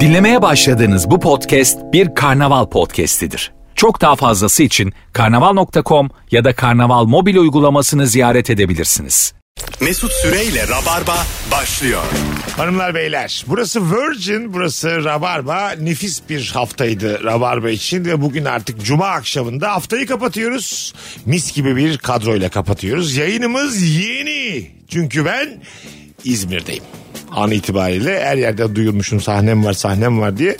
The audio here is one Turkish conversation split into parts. Dinlemeye başladığınız bu podcast bir karnaval podcastidir. Çok daha fazlası için karnaval.com ya da karnaval mobil uygulamasını ziyaret edebilirsiniz. Mesut Süreyle Rabarba başlıyor. Hanımlar beyler burası Virgin burası Rabarba nefis bir haftaydı Rabarba için ve bugün artık Cuma akşamında haftayı kapatıyoruz. Mis gibi bir kadroyla kapatıyoruz. Yayınımız yeni çünkü ben İzmir'deyim. An itibariyle her yerde duyurmuşum sahnem var sahnem var diye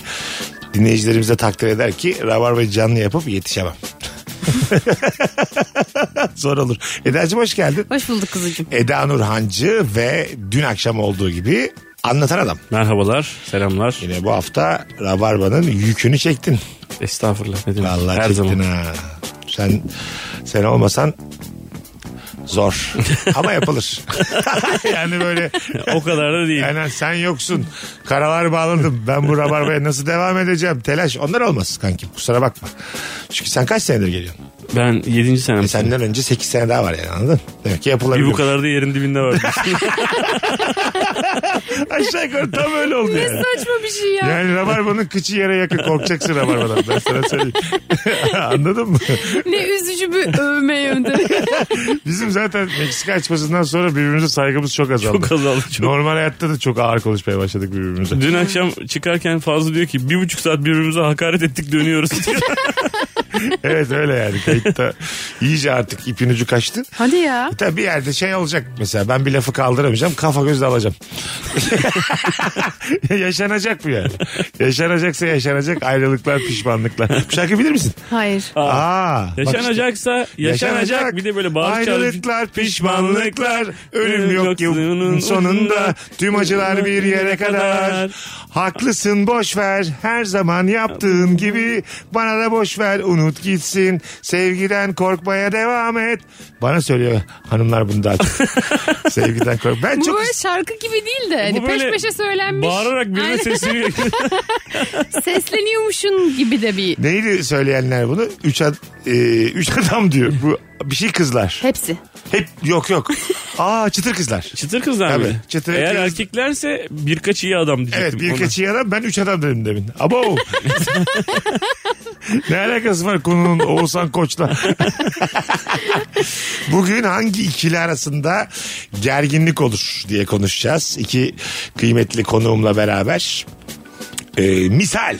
dinleyicilerimize takdir eder ki Rabarba canlı yapıp yetişemem. Zor olur. Eda'cığım hoş geldin. Hoş bulduk kuzucuğum. Eda Nurhancı ve dün akşam olduğu gibi anlatan adam. Merhabalar, selamlar. Yine bu hafta Rabarba'nın yükünü çektin. Estağfurullah. Ne demek? Vallahi Her çektin zaman. ha. Sen sen olmasan zor. Ama yapılır. yani böyle O kadar da değil. yani sen yoksun. Karalar bağladım. Ben bu rabarbaya nasıl devam edeceğim? Telaş. Onlar olmaz kankim. Kusura bakma. Çünkü sen kaç senedir geliyorsun? Ben 7. senem. E senden önce 8 sene daha var yani anladın? Demek ki Bir yapılabilir. bu kadar da yerin dibinde var. Aşağı yukarı tam öyle oldu yani. Saçma bir şey ya. Yani rabarbanın kıçı yere yakın korkacaksın rabarbadan ben sana söyleyeyim. Anladın mı? Ne üzücü bir övme yönde. Bizim zaten Meksika açmasından sonra birbirimize saygımız çok azaldı. Çok azaldı, çok. Normal hayatta da çok ağır konuşmaya başladık birbirimize. Dün akşam çıkarken Fazlı diyor ki bir buçuk saat birbirimize hakaret ettik dönüyoruz. diyor. evet öyle yani kayıtta iyice artık ipin ucu kaçtı. Hadi ya. E Tabii bir yerde şey olacak mesela ben bir lafı kaldıramayacağım kafa gözle alacağım. yaşanacak bu yani. Yaşanacaksa yaşanacak ayrılıklar pişmanlıklar. Bu şarkı bilir misin? Hayır. Aa, bak işte. Yaşanacaksa yaşanacak. Bir de böyle bağırış çağırış- Ayrılıklar, pişmanlıklar, ölüm yok yılının yoksunun sonunda tüm acılar bir yere kadar. Haklısın boş ver her zaman yaptığın gibi bana da boş ver unut gitsin. Sevgiden korkmaya devam et. Bana söylüyor hanımlar bunu daha çok. Sevgiden kork. Ben Bu çok böyle şarkı gibi değil de Bu hani peş böyle peşe söylenmiş. Bağırarak birine Aynen. sesleniyor. Sesleniyormuşun gibi de bir. Neydi söyleyenler bunu? Üç, ad, e, üç adam diyor. Bu bir şey kızlar. Hepsi. Hep yok yok. Aa çıtır kızlar. Çıtır kızlar Tabii, mı? çıtır Eğer kız- erkeklerse birkaç iyi adam Evet diyecektim. bir ona. kaçı adam ben üç adam dedim demin. Abo. ne alakası var konunun Oğuzhan Koç'la? Bugün hangi ikili arasında gerginlik olur diye konuşacağız. İki kıymetli konuğumla beraber. Ee, misal.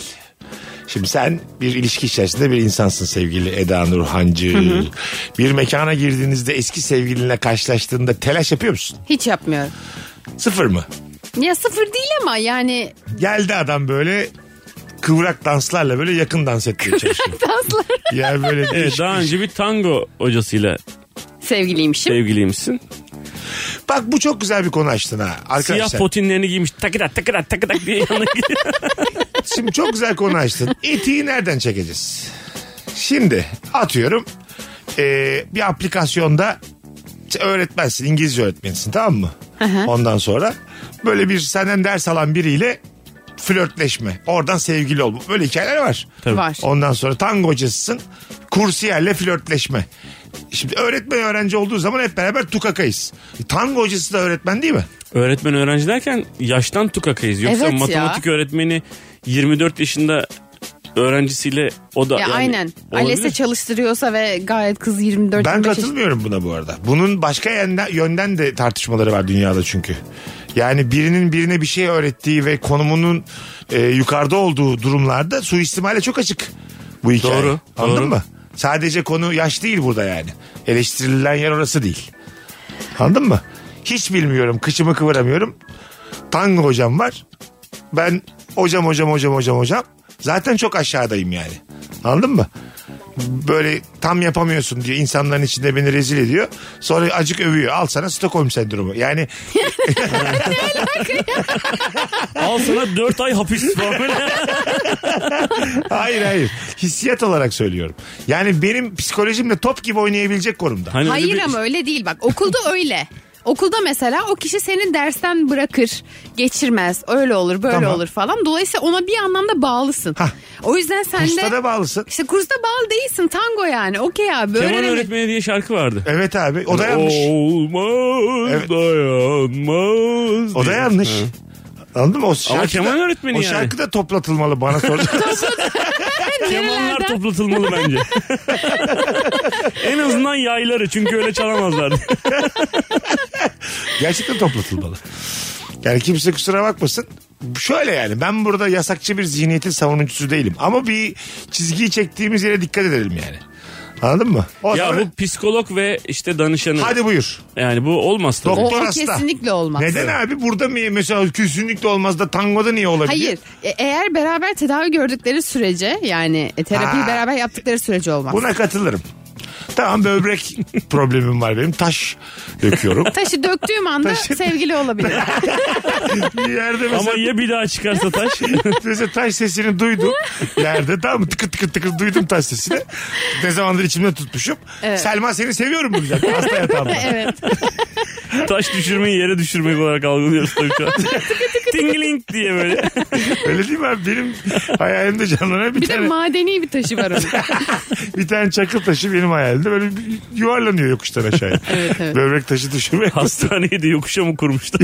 Şimdi sen bir ilişki içerisinde bir insansın sevgili Eda Nurhancı. Bir mekana girdiğinizde eski sevgilinle karşılaştığında telaş yapıyor musun? Hiç yapmıyorum. Sıfır mı? Ya sıfır değil ama yani Geldi adam böyle kıvrak danslarla böyle yakın dans etmeye çalışıyor. danslar yani böyle Evet, değişik daha bir- önce bir tango hocasıyla sevgiliymişim. sevgiliymişsin. Bak bu çok güzel bir konu açtın ha. Arkadaşlar Siyah potinlerini giymiş takıdak takıdak takıdak diye yanına gidiyor. şimdi çok güzel konu açtın. Etiği nereden çekeceğiz? Şimdi atıyorum eee, bir aplikasyonda öğretmensin İngilizce öğretmensin tamam mı? Ondan sonra böyle bir senden ders alan biriyle flörtleşme. Oradan sevgili olma. Böyle hikayeler var. Var. Ondan sonra tangocasısın. Kursiyerle flörtleşme. Şimdi öğretmen öğrenci olduğu zaman hep beraber tukakayız. Tango hocası da öğretmen değil mi? Öğretmen öğrenci derken yaştan tukakayız. Yoksa Evet ya. matematik öğretmeni 24 yaşında öğrencisiyle o da Ya yani aynen. olabilir. Ales'e çalıştırıyorsa ve gayet kız 24 Ben 25 katılmıyorum buna bu arada. Bunun başka yönden, yönden de tartışmaları var dünyada çünkü. Yani birinin birine bir şey öğrettiği ve konumunun e, yukarıda olduğu durumlarda suistimale çok açık bu hikaye. Doğru, Anladın doğru. mı? Sadece konu yaş değil burada yani. Eleştirilen yer orası değil. Anladın mı? Hiç bilmiyorum. Kıçımı kıvıramıyorum. Tango hocam var. Ben hocam hocam hocam hocam hocam. Zaten çok aşağıdayım yani. Anladın mı? Böyle tam yapamıyorsun diyor. insanların içinde beni rezil ediyor. Sonra acık övüyor. Al sana Stockholm sendromu. Yani Al sana 4 ay hapis falan böyle. hayır hayır. Hissiyat olarak söylüyorum. Yani benim psikolojimle top gibi oynayabilecek konumda. Hani öyle Hayır bir- şey. ama öyle değil bak okulda öyle. Okulda mesela o kişi seni dersten bırakır, geçirmez, öyle olur, böyle Tamam. olur falan. Dolayısıyla ona bir anlamda bağlısın. Hah. O yüzden sen Kursta de da bağlısın. işte kursta bağlı değilsin, tango yani. Okey abi. Keman öğrenemedim. öğretmeni diye şarkı vardı. Evet abi o da yanlış. Olmaz Evet. dayanmaz. O da diye. yanlış. Ha. Anladın mı? O şarkı keman da- öğretmeni o yani. şarkı da toplatılmalı bana soracak. Kemanlar Nerelerden? toplatılmalı bence. en azından yayları çünkü öyle çalamazlar. Gerçekten toplatılmalı. Yani kimse kusura bakmasın. Şöyle yani ben burada yasakçı bir zihniyetin savunucusu değilim. Ama bir çizgiyi çektiğimiz yere dikkat edelim yani. Anladın mı? O ya zaman- bu psikolog ve işte danışanı. Hadi buyur. Yani bu olmaz tabii. O, Doktor o hasta. kesinlikle olmaz. Neden abi burada mı mesela kesinlikle olmaz da tangoda niye olabilir? Hayır. E- eğer beraber tedavi gördükleri sürece yani e, terapiyi Ha. beraber yaptıkları sürece olmaz. Buna katılırım. Tamam böbrek problemim var benim. Taş döküyorum. Taşı döktüğüm anda Taşı- sevgili olabilir. bir yerde mesela, Ama ya bir daha çıkarsa taş? mesela taş sesini duydum. Yerde tamam mı? Tıkır tıkır tıkır duydum taş sesini. Ne zamandır içimde tutmuşum. Selma seni seviyorum bu zaten. Hasta yatağımda. evet. taş düşürmeyi yere düşürmek olarak algılıyoruz tabii şu an. Tingling diye böyle. Öyle değil mi abi? Benim hayalimde canlanan bir, Bir de tane, madeni bir taşı var onun. bir tane çakıl taşı benim hayalimde. Böyle bir yuvarlanıyor yokuştan aşağıya. evet. Böbrek taşı düşürmeye Hastaneyi de yokuşa mı kurmuşlar?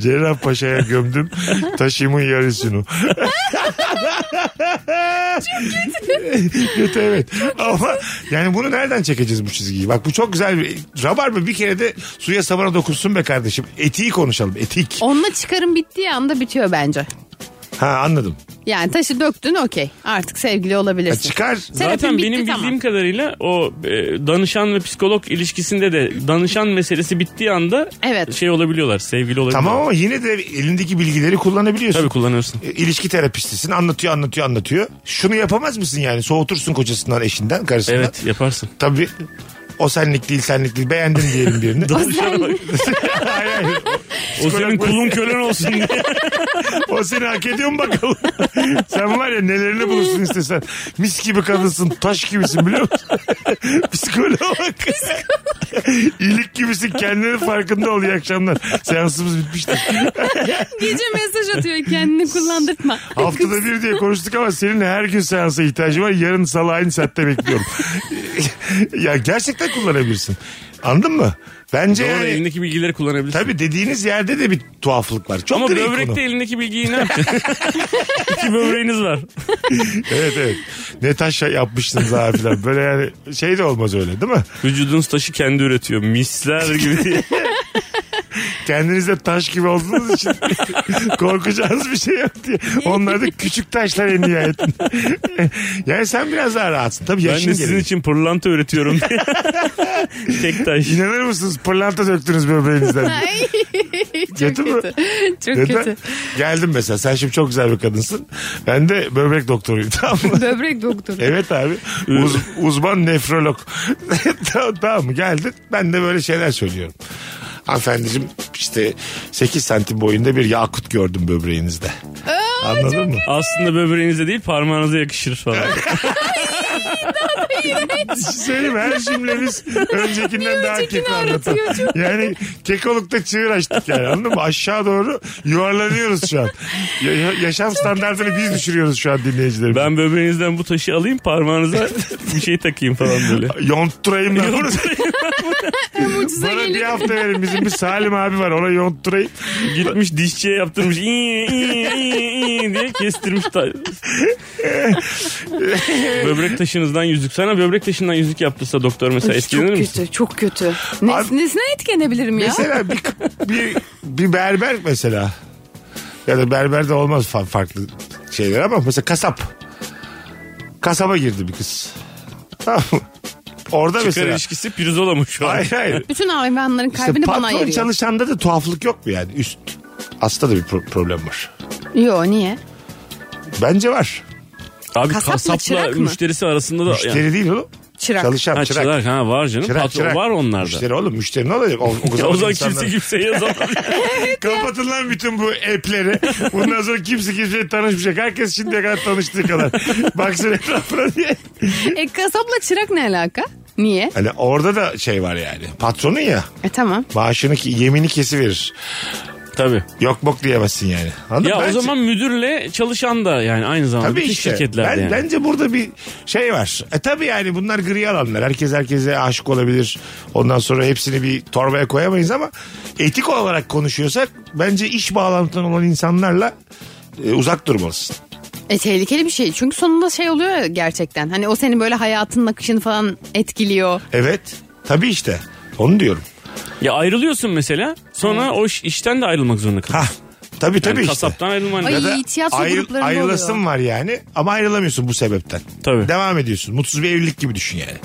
Cerrahpaşa'ya gömdüm taşımın yarısını. Çok kötü. evet. Ama yani bunu nereden çekeceğiz bu çizgiyi? Bak bu çok güzel bir rabarba bir kere de suya sabana dokunsun be kardeşim. Etiği konuşalım. Etik. Onunla çıkarım bittiği anda bitiyor bence. Ha anladım. Yani taşı döktün okey. Artık sevgili Ya olabilirsin. çıkar. Terapin Zaten bitti, benim bildiğim tamam. kadarıyla o e, danışan ve psikolog ilişkisinde de danışan meselesi bittiği anda Evet. şey olabiliyorlar, sevgili olabiliyorlar. Tamam ama yine de elindeki bilgileri kullanabiliyorsun. Tabii kullanıyorsun. E, ilişki terapistisin anlatıyor anlatıyor anlatıyor. Şunu yapamaz mısın yani soğutursun kocasından eşinden karısından. Evet yaparsın. Tabii o senlik değil senlik değil beğendin diyelim birini. hayır, hayır. O senin kulun kölen olsun diye. O seni hak ediyor mu bakalım? Sen var ya nelerini bulursun istesen. Mis gibi kadınsın. Taş gibisin biliyor musun? Psikoloğa bak. İyilik gibisin. Kendinin farkında ol iyi akşamlar. Seansımız bitmişti. Gece mesaj atıyor kendini kullandırtma. Şey- Haftada bir diye konuştuk ama senin her gün seansa ihtiyacı var. Yarın salı aynı saatte bekliyorum. ya gerçekten kullanabilirsin. Anladın mı? Bence Doğru yani... elindeki bilgileri kullanabilirsin. Tabii dediğiniz yerde de bir tuhaflık var. Çok Ama direkt böbrekte konu. elindeki bilgiyi ne yapacaksın? İki böbreğiniz var. Evet evet. Ne taş yapmışsınız abi filan. Böyle yani şey de olmaz öyle değil mi? Vücudunuz taşı kendi üretiyor. Misler gibi diye. Kendinize taş gibi olduğunuz için korkacağınız bir şey yok diye. Onlar da küçük taşlar en nihayetinde. yani sen biraz daha rahatsın. Tabii Ben yaşın de sizin gereği. için pırlanta üretiyorum diye. Tek taş. İnanır mısınız pırlanta döktünüz böbreğinizden. Ay, çok Kötü mü? kötü. Çok Neden? kötü. Geldim mesela sen şimdi çok güzel bir kadınsın. Ben de böbrek doktoruyum tamam mı? Böbrek doktoru. Evet abi. Uz- uzman nefrolog. tamam, tamam mı? Geldin. Ben de böyle şeyler söylüyorum. Hanımefendiciğim işte 8 santim boyunda bir yakut gördüm böbreğinizde. Anladın mı? Aslında böbreğinize değil parmağınıza yakışır falan. Söyleyeyim her cümlemiz öncekinden daha öncekini keko anlatan. aratıyor çok? Yani kekolukta çığır açtık yani anladın mı? Aşağı doğru yuvarlanıyoruz şu an. Ya- ya- yaşam standartını biz düşürüyoruz şu an dinleyicilerimiz. Ben böbreğinizden bu taşı alayım parmağınıza bir şey takayım falan böyle. Yontturayım ben bunu. Mucize Bana bir gelir. hafta verin bizim bir Salim abi var ona yontturayım. Gitmiş dişçiye yaptırmış iyi iyi iyi iyi diye kestirmiş. Ta- böbrek taşınızdan yüzük. Sana böbrek taşından yüzük yaptırsa doktor mesela etkilenir Çok misin? kötü, çok kötü. Ne, Abi- nesine etkilenebilirim ya? Mesela bir, bir, bir berber mesela. Ya da berber de olmaz fa- farklı şeyler ama mesela kasap. Kasaba girdi bir kız. Tamam mı? Orada Çıkar mesela. ilişkisi pirzola mı şu an? Hayır hayır. Bütün hayvanların İşte kalbini bana patron ayırıyor. çalışanda da tuhaflık yok mu yani üst? Aslında da bir pro- problem var. Yo niye? Bence var. Abi Kasap mı, kasapla çırak mı? müşterisi arasında da... Müşteri değil oğlum. Çırak. Çalışan Ha, çırak. çırak. ha var canım. Çırak, Patron çırak. var onlarda. Müşteri oğlum müşteri ne olacak? O, Ya o zaman kimse insanlar- kimseye yazamaz. Kapatın lan bütün bu app'leri. Bundan sonra kimse kimseyle tanışmayacak. Herkes şimdiye kadar tanıştığı kadar. Baksın etrafına diye. E kasapla çırak ne alaka? Niye? Hani orada da şey var yani. Patronun ya. E tamam. Maaşını ki yemini kesiverir. Tabii. Yok bok diyemezsin yani. Anladın Ya mı? Bence- o zaman müdürle çalışan da yani aynı zamanda şey- Tabii bütün işte. şirketlerde Ben- yani. Bence burada bir şey var. E tabii yani bunlar gri alanlar. Herkes herkese aşık olabilir. Ondan sonra hepsini bir torbaya koyamayız ama etik olarak konuşuyorsak bence iş bağlantılı olan insanlarla e, uzak durmalısın. E, tehlikeli bir şey. Çünkü sonunda şey oluyor ya gerçekten. Hani o senin böyle hayatının akışını falan etkiliyor. Evet. Tabii işte. Onu diyorum. Ya ayrılıyorsun mesela sonra o iş- işten de ayrılmak zorunda Hah. kalıyorsun. Tabii tabii Yani işte. Kasaptan ayrılman Ay. lazım. da tiyatro gruplarında ayrılasın oluyor. var yani ama ayrılamıyorsun bu sebepten. Tabii. Devam ediyorsun. Mutsuz bir evlilik gibi düşün yani.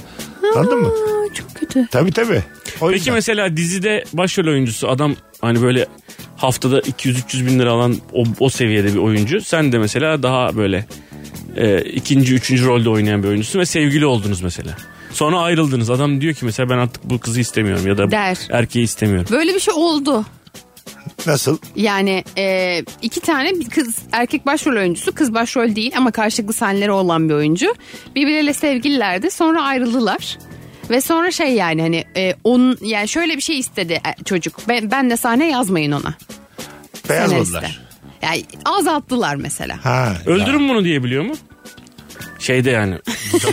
Anladın mı? Aa, çok kötü. Tabii tabii. O Peki yüzden. mesela dizide başrol oyuncusu adam hani böyle haftada 200-300 bin lira alan o, o seviyede bir oyuncu. Sen de mesela daha böyle e, ikinci, üçüncü rolde oynayan bir oyuncusun ve sevgili oldunuz mesela. Sonra ayrıldınız. Adam diyor ki mesela ben artık bu kızı istemiyorum ya da bu Der. erkeği istemiyorum. Böyle bir şey oldu. Nasıl? Yani e, iki tane bir kız erkek başrol oyuncusu kız başrol değil ama karşılıklı sahneleri olan bir oyuncu. Birbirleriyle sevgililerdi sonra ayrıldılar. Ve sonra şey yani hani e, onun yani şöyle bir şey istedi e, çocuk. Ben, ben de sahne yazmayın ona. Beyazladılar. Senariste. Yani azalttılar mesela. Ha. Öldürün bunu diyebiliyor mu? Şeyde yani.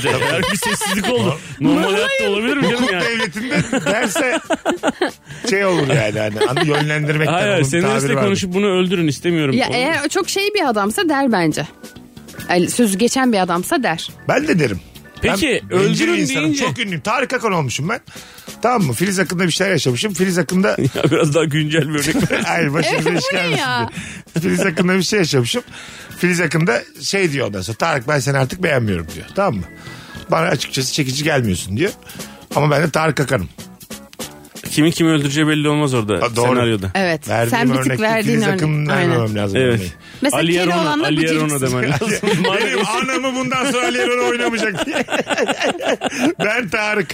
Eğer bir sessizlik oldu. Normal hayatta olabilir mi canım yani? devletinde derse şey olur yani hani anı yönlendirmekten Hayır onun hayır bir senaristle tabiri vardır. konuşup bunu öldürün istemiyorum. Ya Olur mu? eğer çok şey bir adamsa der bence. Yani sözü geçen bir adamsa der. Ben de derim. Peki, ben bencil öldürün insanım, deyince- Çok ünlüyüm. Tarık Akan olmuşum ben. Tamam mı? Filiz hakkında bir şeyler yaşamışım. Filiz hakkında... Ya biraz daha güncel bir örnek ver. Hayır başımıza Evet, iş bu ne gelmesin ya? diye. Filiz hakkında bir şey yaşamışım. Filiz hakkında şey diyor ondan sonra. Tarık ben seni artık beğenmiyorum diyor. Tamam mı? Bana açıkçası çekici gelmiyorsun diyor. Ama ben de Tarık Akan'ım. Kimin kimi öldüreceği belli olmaz orada Ha, doğru. senaryoda. Evet. Verdiğim Sen bir tık örnekte verdiğin Filiz Akın'ın örnek. Aynen. vermemem lazım. Evet. örneği. Mesela Ali keri Erona, olanla Ali Erona beceriksiz. demen lazım. Benim anamı bundan sonra Ali Erol oynamayacak diye. ben Tarık.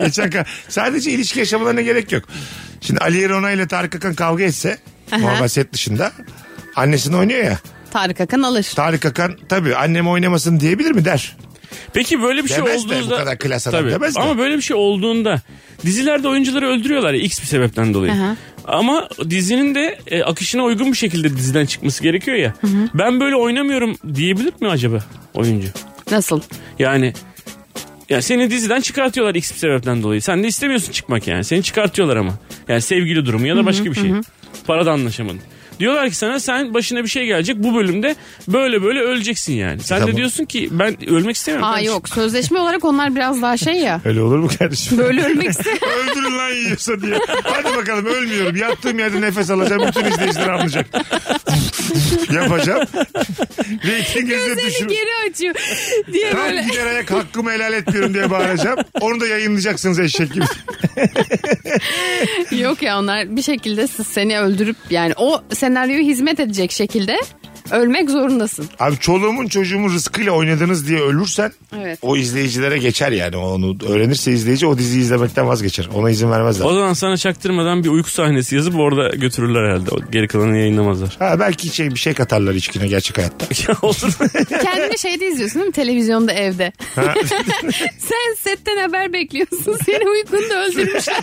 Geçen ka- Sadece ilişki yaşamalarına gerek yok. Şimdi Ali Erona ile Tarık Akan kavga etse normal set dışında annesini oynuyor ya. Tarık Akan alır. Tarık Akan tabii annem oynamasın diyebilir mi der. Peki böyle bir şey Demez de olduğunda... bu kadar klas adam demez de. Ama böyle bir şey olduğunda dizilerde oyuncuları öldürüyorlar ya X bir sebepten dolayı. Aha. Ama dizinin de e, akışına uygun bir şekilde diziden çıkması gerekiyor ya. Ben böyle oynamıyorum diyebilir mi acaba oyuncu? Nasıl? Yani ya seni diziden çıkartıyorlar X bir sebepten dolayı. Sen de istemiyorsun çıkmak yani. Seni çıkartıyorlar ama. Yani sevgili durumu ya da başka bir şey. Parada anlaşamadın. Diyorlar ki sana sen başına bir şey gelecek bu bölümde böyle böyle öleceksin yani. Sen Tamam. de diyorsun ki ben ölmek istemiyorum. Aa kardeşim. yok sözleşme olarak onlar biraz daha şey ya. Öyle olur mu kardeşim? Böyle ölmek istiyor. Öldürün lan yiyorsa diye. Hadi bakalım ölmüyorum. Yattığım yerde nefes alacağım. Bütün izleyiciler anlayacak. Yapacağım. Reytinginizi düşür. Gözlerini geri açıyor diye Ben böyle. gider ayak hakkımı helal etmiyorum diye bağıracağım. Onu da yayınlayacaksınız eşek gibi. Yok ya onlar bir şekilde siz seni öldürüp yani o senaryoya hizmet edecek şekilde ölmek zorundasın. Abi çoluğumun çocuğumun rızkıyla oynadınız diye ölürsen Evet. o izleyicilere geçer yani. Onu öğrenirse izleyici o diziyi izlemekten vazgeçer. Ona izin vermezler. O zaman sana çaktırmadan bir uyku sahnesi yazıp orada götürürler herhalde. O Geri kalanını yayınlamazlar. Ha, belki şey, bir şey katarlar içkine gerçek hayatta. Ya olur. Kendini şeyde izliyorsun değil mi? Televizyonda evde. Sen setten haber bekliyorsun. Seni uykunda öldürmüşler.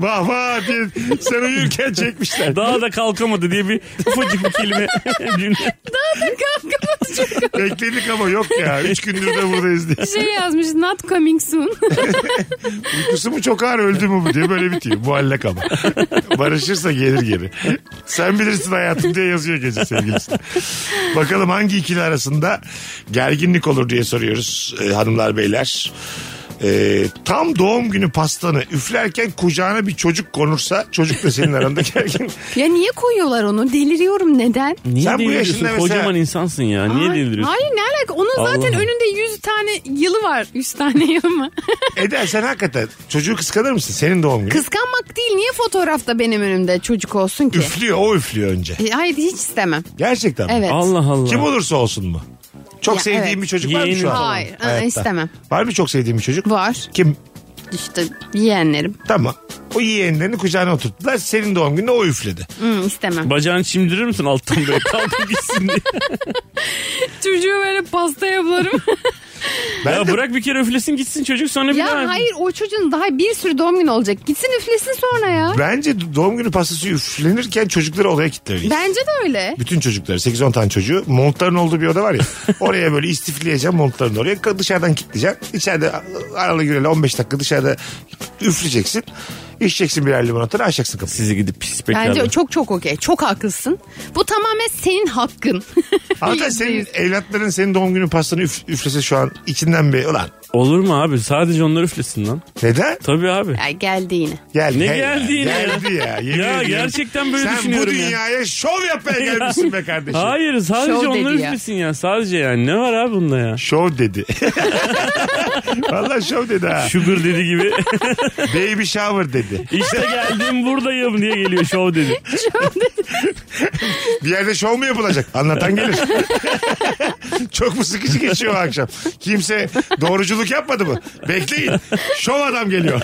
Vah vah diye sen uyurken çekmişler. Daha da kalkamadı diye bir ufacık bir kelime cümle. Kalkamadı çocuk. Bekledik ama yok ya. Üç gündür de buradayız diye. Şey yazmış not coming soon. Uykusu mu çok ağır öldü mü bu diye böyle bitiyor. Muallak ama. Barışırsa gelir geri. Sen bilirsin hayatım diye yazıyor gece sevgilisi. Bakalım hangi ikili arasında gerginlik olur diye soruyoruz e, hanımlar beyler. E, tam doğum günü pastanı üflerken kucağına bir çocuk konursa çocuk da senin aranda gergin. ya niye koyuyorlar onu? Deliriyorum neden? Niye Sen bu deliriyorsun? yaşında mesela- Kocaman insansın ya. Niye Ay, deliriyorsun? Hayır ne alaka? Onun zaten Allah'ım. önünde 100 tane yılı var. 100 tane yılı mı? Eda sen hakikaten çocuğu kıskanır mısın senin doğum günü? Kıskanmak değil. Niye fotoğrafta benim önümde çocuk olsun ki? Üflüyor o üflüyor önce. E, Hayır hiç istemem. Gerçekten mi? Evet. Allah Allah. Kim olursa olsun mu? Çok Ya, sevdiğim evet. bir çocuk var mı Yeğenim şu an? falan. Hayır, ı, Hayatta. istemem. Var mı çok sevdiğim bir çocuk? Var. Kim? İşte yeğenlerim. Tamam. O yeğenlerini kucağına oturttular. Senin doğum gününe o üfledi. Hı, istemem. Bacağını çimdirir misin alttan böyle kalkıp gitsin diye. Çocuğu böyle pasta yaparım. Ben ya de bırak bir kere öflesin gitsin çocuk sonra bir daha. Ya hayır o çocuğun daha bir sürü doğum günü olacak. Gitsin üflesin sonra ya. bence doğum günü pastası üflenirken çocukları odaya kilitleriz. Bence de öyle. Bütün çocukları 8-10 tane çocuğu montların olduğu bir oda var ya. oraya böyle istifleyeceğim montların oraya dışarıdan kilitleyeceğim. İçeride aralı güreli 15 dakika dışarıda üfleyeceksin. İçeceksin birer limonatını açacaksın kapıyı. Sizi gidip pis Bence bekarlar. çok çok okey. Çok haklısın. Bu tamamen senin hakkın. Hatta Yüzde senin yüz. evlatların senin doğum günü pastanı üf, üflese şu an içinden bir ulan Olur mu abi? Sadece onlar üflesin lan. neden? Tabii abi. Ay geldi yine. Geldi. Ne Hey ya, geldi yine ya? Geldi ya. yemin Ya ediyorum. gerçekten böyle Sen düşünüyorum bu ya. dünyaya şov yapmaya gelmişsin be kardeşim. Hayır sadece Şov onlar şey- dedi ya. üflesin ya. Sadece yani ne var abi bunda ya? Şov dedi. Valla şov dedi ha. Sugar dedi gibi. Baby shower dedi. işte geldim buradayım diye geliyor şov dedi. Bir yerde şov mu yapılacak? Anlatan gelir. Çok mu sıkıcı geçiyor o akşam? Kimse doğruculuk yapmadı mı? Bekleyin. Şov adam geliyor.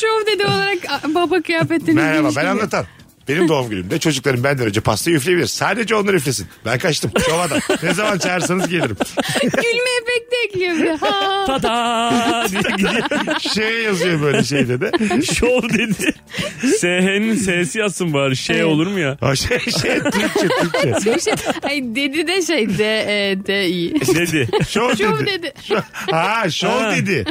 Şov dedi olarak a, baba kıyafetini Merhaba giymiş ben gibi. anlatan. Benim doğum günümde çocuklarım benden önce pastayı üfleyebilir. Sadece onlar üflesin. Ben kaçtım. Şov adam. Ne zaman çağırsanız gelirim. Gülme efekti ekliyor bir de. Ha. Tata diye gidiyor. Şey yazıyor böyle şeyde de. Şov dedi. SH'nin S'si yazsın bari. Şey olur mu ya? O şey, şey Türkçe Türkçe. Bir şey- Ay dedi de şey de e, de iyi. Dedi. Şov dedi. Şov dedi. Ha şov Ha. dedi.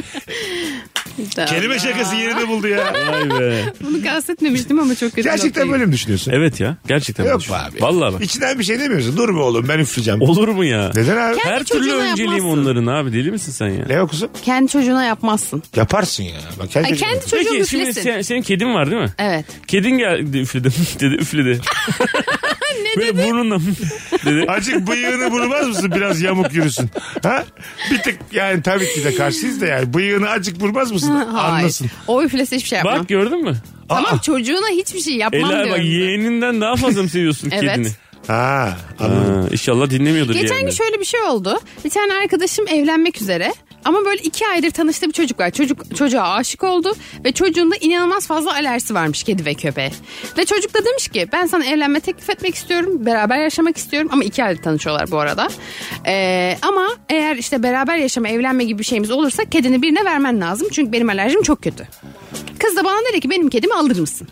Kelime şakası yerini buldu ya. Vay be. Bunu kastetmemiştim ama çok kötü. Gerçekten noktayı. böyle mi düşünüyorsun? Evet ya. Gerçekten. Yok düşün. abi. Vallahi bak. İçinden bir şey demiyorsun. Dur be oğlum ben üfleyeceğim. Olur mu ya? Neden abi? Kendi Her türlü çocuğuna önceliğim yapmazsın. onların abi. Deli misin sen ya? Ne okusun? Kendi çocuğuna yapmazsın. Yaparsın ya. Bak kendi Ay, çocuğun- kendi çocuğun Peki şimdi üflesin. sen, senin kedin var değil mi? Evet. Kedin geldi üfledi dedi üfledi. ne Böyle burnunla dedi. Acık bıyığını vurmaz mısın biraz yamuk yürüsün? Ha? Bir tık yani tabii ki de karşıyız da yani bıyığını acık vurmaz mısın? Hayır. Anlasın. O üflese hiçbir şey yapmam. Bak gördün mü? tamam çocuğuna hiçbir şey yapmam Ela diyorum. bak yeğeninden daha fazla mı seviyorsun Evet. kedini? Ha, anladım. Ha, inşallah dinlemiyordur Geçen gün yeğenleri. şöyle bir şey oldu. Bir tane arkadaşım evlenmek üzere. Ama böyle iki aydır tanıştığı bir çocuk var. Çocuk çocuğa aşık oldu ve çocuğun da inanılmaz fazla alerjisi varmış kedi ve köpeğe. Ve çocuk da demiş ki ben sana evlenme teklif etmek istiyorum. Beraber yaşamak istiyorum. Ama iki aydır tanışıyorlar bu arada. Ee, ama eğer işte beraber yaşama evlenme gibi bir şeyimiz olursa kedini birine vermen lazım. Çünkü benim alerjim çok kötü. Kız da bana dedi ki benim kedimi alır mısın?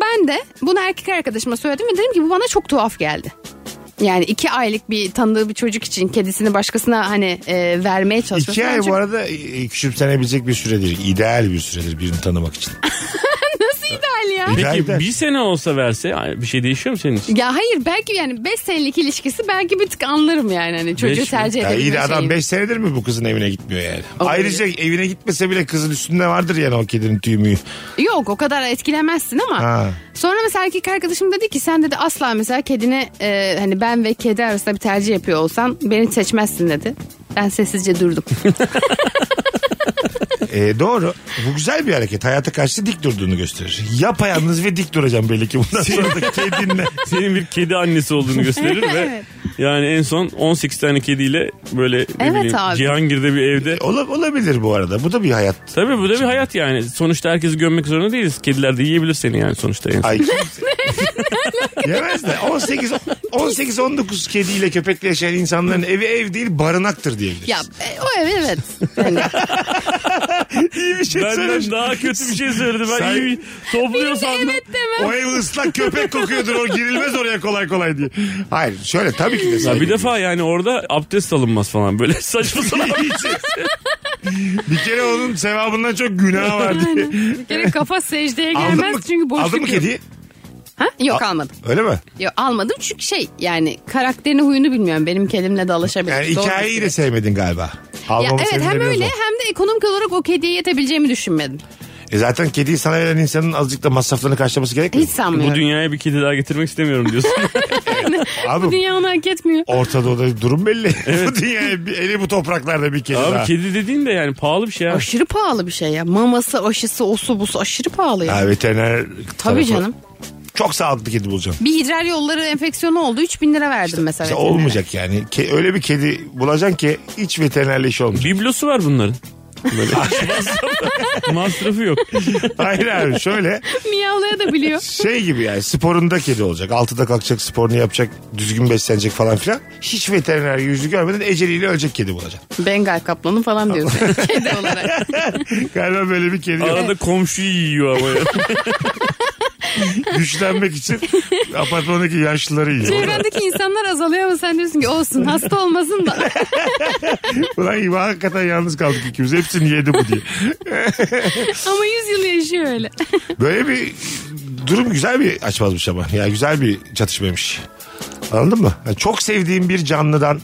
Ben de bunu erkek arkadaşıma söyledim ve dedim ki bu bana çok tuhaf geldi. Yani iki aylık bir tanıdığı bir çocuk için kedisini başkasına hani e, vermeye İki çalışması. Ben ay çünkü- bu arada e, küçümsenebilecek bir süredir. ideal bir süredir birini tanımak için. Nasıl ideal ya? İdeal Peki de. bir sene olsa verse ay, bir şey değişiyor mu senin için? Ya hayır belki yani 5 senelik ilişkisi belki bir tık anlarım yani hani çocuğu Beş mi? tercih Ya edebilme iyi de adam şeyim. 5 senedir mi bu kızın evine gitmiyor yani? şey- Olabilir. Ayrıca evine gitmese bile kızın üstünde vardır yani o kedinin tüyü müyü. Yok o kadar etkilemezsin ama. Ha. Sonra mesela erkek arkadaşım dedi ki sen dedi asla mesela kedine e, hani ben ve kedi arasında bir tercih yapıyor olsan beni seçmezsin dedi. Ben sessizce durdum. E, doğru. Bu güzel bir hareket. Hayata karşı dik durduğunu gösterir. Yapayalnız ve dik duracağım belli ki bundan sonra da kedinle. Senin bir kedi annesi olduğunu gösterir ve Evet. yani en son 18 tane kediyle böyle ne Evet bileyim, abi. Cihangir'de bir evde. Ola- olabilir bu arada. Bu da bir hayat. Tabii bu da bir hayat yani. Sonuçta herkesi gömmek zorunda değiliz. Kediler de yiyebilir seni yani sonuçta. En son. Ay kimse- Yemez de 18 18 19 kediyle köpekle yaşayan insanların evi ev değil barınaktır diyebiliriz. ya e, o evet evet. Hani İyi bir şey söylemiş. Benden daha kötü bir şey söyledi. Ben Sen- iyi topluyor sandım. evet demem. O ev ıslak köpek kokuyordur. O girilmez oraya kolay kolay diye. Hayır şöyle tabii ki de. Ya saygı bir defa yani orada abdest alınmaz falan böyle saçma sapan. Bir kere onun sevabından çok günah var diye. Bir kere kafa secdeye Aldın gelmez mı, çünkü boşluk aldın mı yok. kediyi? Ha? Yok almadım. Öyle mi? Yok almadım çünkü şey yani karakterini huyunu bilmiyorum. Benim kedimle de alışabilirim. Yani Doğru hikayeyi de söylüyorsun. sevmedin galiba. ya Almamı evet sevdin hem demiyoruz öyle ama. hem de ekonomik olarak o kediye yetebileceğimi düşünmedim. E zaten kediyi sana veren insanın azıcık da masraflarını karşılaması gerekmiyor. Hiç mu? sanmıyorum. Bu dünyaya bir kedi daha getirmek istemiyorum diyorsun. Abi Dünya onu hak etmiyor. Orta Doğu'da durum belli. bu dünyaya bir, eli bu topraklarda bir kedi daha. Abi kedi dediğin de yani pahalı bir şey abi. Aşırı pahalı bir şey ya. Maması, aşısı, osu, busu aşırı pahalı ya. Ha, veteriner Tabii tarafı. canım. Çok sağlıklı kedi bulacağım. Bir idrar yolları enfeksiyonu oldu. 3000 lira verdim mesela. İşte veterinere. olmayacak yani. Ke- öyle bir kedi bulacaksın ki hiç veterinerle işi olmayacak. Biblosu var bunların. Böyle masrafı yok. Hayır abi şöyle Miyavlaya da biliyor. şey gibi yani sporunda kedi olacak. Altıda kalkacak sporunu yapacak düzgün beslenecek falan filan. Hiç veteriner yüzü görmeden eceliyle ölecek kedi bulacak. Bengal kaplanı falan diyorsun. Kedi olarak. Galiba böyle bir kedi yok. Arada komşuyu yiyor ama. ya. Güçlenmek için apartmandaki yaşlıları yiyor. Çevrendeki insanlar azalıyor ama sen diyorsun ki olsun hasta olmasın da. Ulan iyi hakikaten yalnız kaldık ikimiz. Hepsini yedi bu diye. ama 100 yıl yaşıyor öyle. Böyle bir durum güzel bir açmazmış ama. Ya güzel bir çatışmaymış. Anladın mı? Yani çok sevdiğim bir canlıdan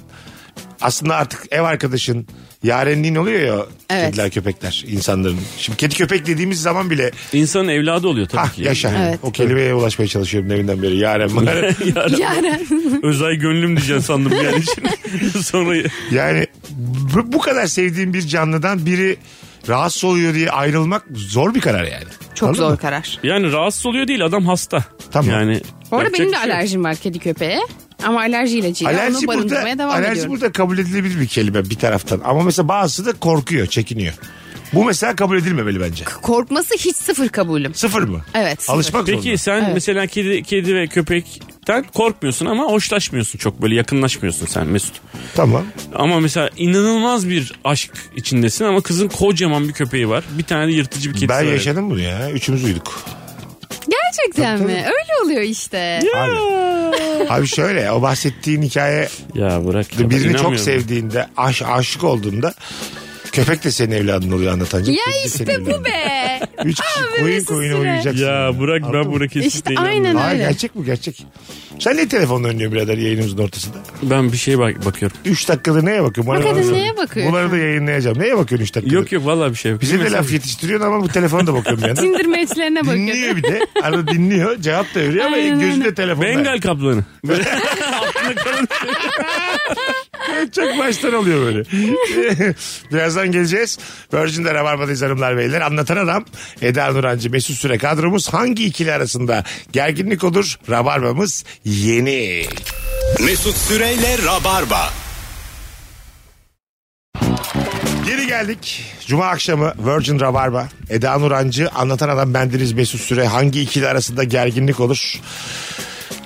aslında artık ev arkadaşın yarenliğin oluyor ya Evet. kediler köpekler insanların. Şimdi kedi köpek dediğimiz zaman bile İnsanın evladı oluyor tabii ah ki. yaşa Evet. o kelimeye ulaşmaya çalışıyorum deminden beri yaren maren. Yaren. Özay gönlüm diyeceksin sandım yani. Şimdi Sonra yani bu bu kadar sevdiğim bir canlıdan biri rahatsız oluyor diye ayrılmak zor bir karar yani. Çok Anladın zor mı? karar. yani rahatsız oluyor değil adam hasta. Tamam. Yani Bu arada yapacak benim bir de şey yok. alerjim var kedi köpeğe. Ama alerji ilacıyla Alerji onu barındırmaya burada, devam alerji ediyorum. burada kabul edilebilir bir kelime bir taraftan. Ama mesela bazısı da korkuyor, çekiniyor. Bu mesela kabul edilmemeli bence. Korkması hiç sıfır kabulüm. Sıfır mı? Evet, sıfır. Alışmak zorunda. Peki sen Evet. mesela kedi, kedi ve köpekten korkmuyorsun ama hoşlaşmıyorsun çok böyle yakınlaşmıyorsun sen Mesut. Tamam. Ama mesela inanılmaz bir aşk içindesin ama kızın kocaman bir köpeği var. Bir tane de yırtıcı bir kedisi ben var. yaşadım bunu ya. Üçümüz uyuduk. Gerçekten mi? Öyle oluyor işte. Abi. Abi şöyle o bahsettiğin hikaye Ya bırak ya. ben birini çok inanmıyorum. sevdiğinde aş, aşık olduğunda köpek de senin evladın oluyor anlatınca. kedi Ya de senin işte evladın. bu be. Üç kişi Abi koyun nasıl koyuna süre? uyuyacaksın. Ya bırak Anladın ben mı? bırak İşte aynen Hayır öyle. gerçek bu gerçek. Sen niye telefonla oynuyorsun birader yayınımızın ortasında? Ben bir şeye bak bakıyorum. 3 dakikada neye bakıyorsun? Bana Hakikaten baksana. neye bakıyorsun? Bunları da yayınlayacağım. Neye bakıyorsun 3 dakikada? Yok yok vallahi bir şey yok. Bize Bir de mesaj- laf yetiştiriyorsun ama bu telefona da bakıyorum yani. Tinder matchlerine bakıyorsun. Dinliyor bir de. Arada dinliyor. Cevap da veriyor ama Aynen gözü de öyle. telefonda. Bengal kaplanı. Çok baştan oluyor böyle. Birazdan geleceğiz. Virgin'de Rabarba'dayız hanımlar beyler. Anlatan adam Eda Nurancı Mesut Süre kadromuz hangi ikili arasında gerginlik olur? Rabarba'mız yeni. Mesut Süreyle Rabarba. Geri geldik. Cuma akşamı Virgin Rabarba. Eda Nurancı anlatan adam bendeniz Mesut Süre. Hangi ikili arasında gerginlik olur?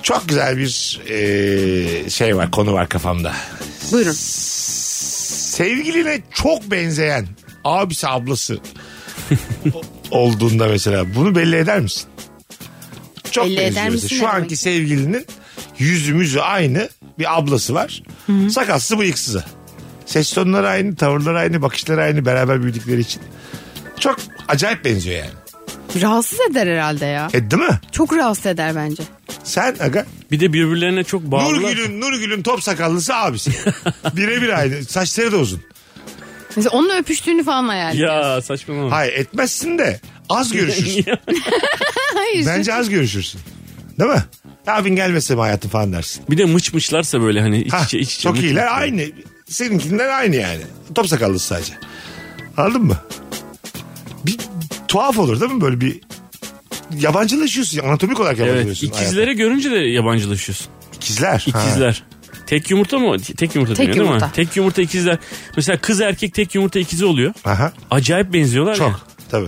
Çok güzel bir e, şey var konu var kafamda. Buyurun. Sevgiline çok benzeyen abisi ablası o- olduğunda mesela bunu belli eder misin? Çok Belli benziyor eder mesela. misin Şu ne anki demek? sevgilinin yüzü müzü aynı bir ablası var. Sakalsız bıyıksızı. Ses tonları aynı, tavırları aynı, bakışları aynı beraber büyüdükleri için. Çok acayip benziyor yani. Rahatsız eder herhalde ya. E değil mi? Çok rahatsız eder bence. Sen aga. Bir de birbirlerine çok bağlılar. Nurgül'ün, Nurgül'ün top sakallısı abisi. Birebir aynı. Saçları da uzun. Mesela onunla öpüştüğünü falan hayal ediyor. Ya saçmalama. Hayır etmezsin de az görüşürsün. Hayır. Bence az görüşürsün. Değil mi? Abin gelmese mi hayatım falan dersin. Bir de mıç mıçlarsa böyle hani iç Ha, içe iç içe. çok mıç iyiler mıçlar. aynı. Seninkinden aynı yani. Top sakallısı sadece. Anladın mı? Bir tuhaf olur değil mi böyle bir yabancılaşıyorsun. Anatomik olarak Evet. yabancılaşıyorsun. İkizlere görünce de yabancılaşıyorsun. hayatım. İkizler. Ha. İkizler. Tek yumurta mı? Tek yumurta Tek deniyor değil mi? yumurta. Tek yumurta ikizler. Mesela kız erkek tek yumurta ikizi oluyor. Aha. Acayip benziyorlar ya. Çok. Tabii.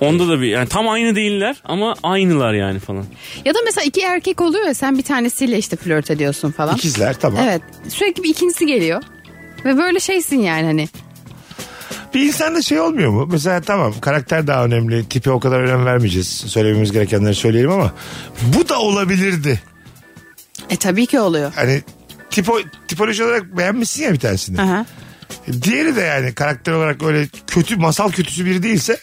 Onda da bir yani tam aynı değiller ama aynılar yani falan. Ya da mesela iki erkek oluyor ya sen bir tanesiyle işte flört ediyorsun falan. İkizler tamam. Evet. Sürekli bir ikincisi geliyor. Ve böyle şeysin yani hani. Bir insanda şey olmuyor mu? Mesela tamam karakter daha önemli. Tipe o kadar önem vermeyeceğiz. Söylememiz gerekenleri söyleyelim ama bu da olabilirdi. E tabii ki oluyor. Hani tipo, tipoloji olarak beğenmişsin ya bir tanesini. Aha. Diğeri de yani karakter olarak öyle kötü masal kötüsü biri değilse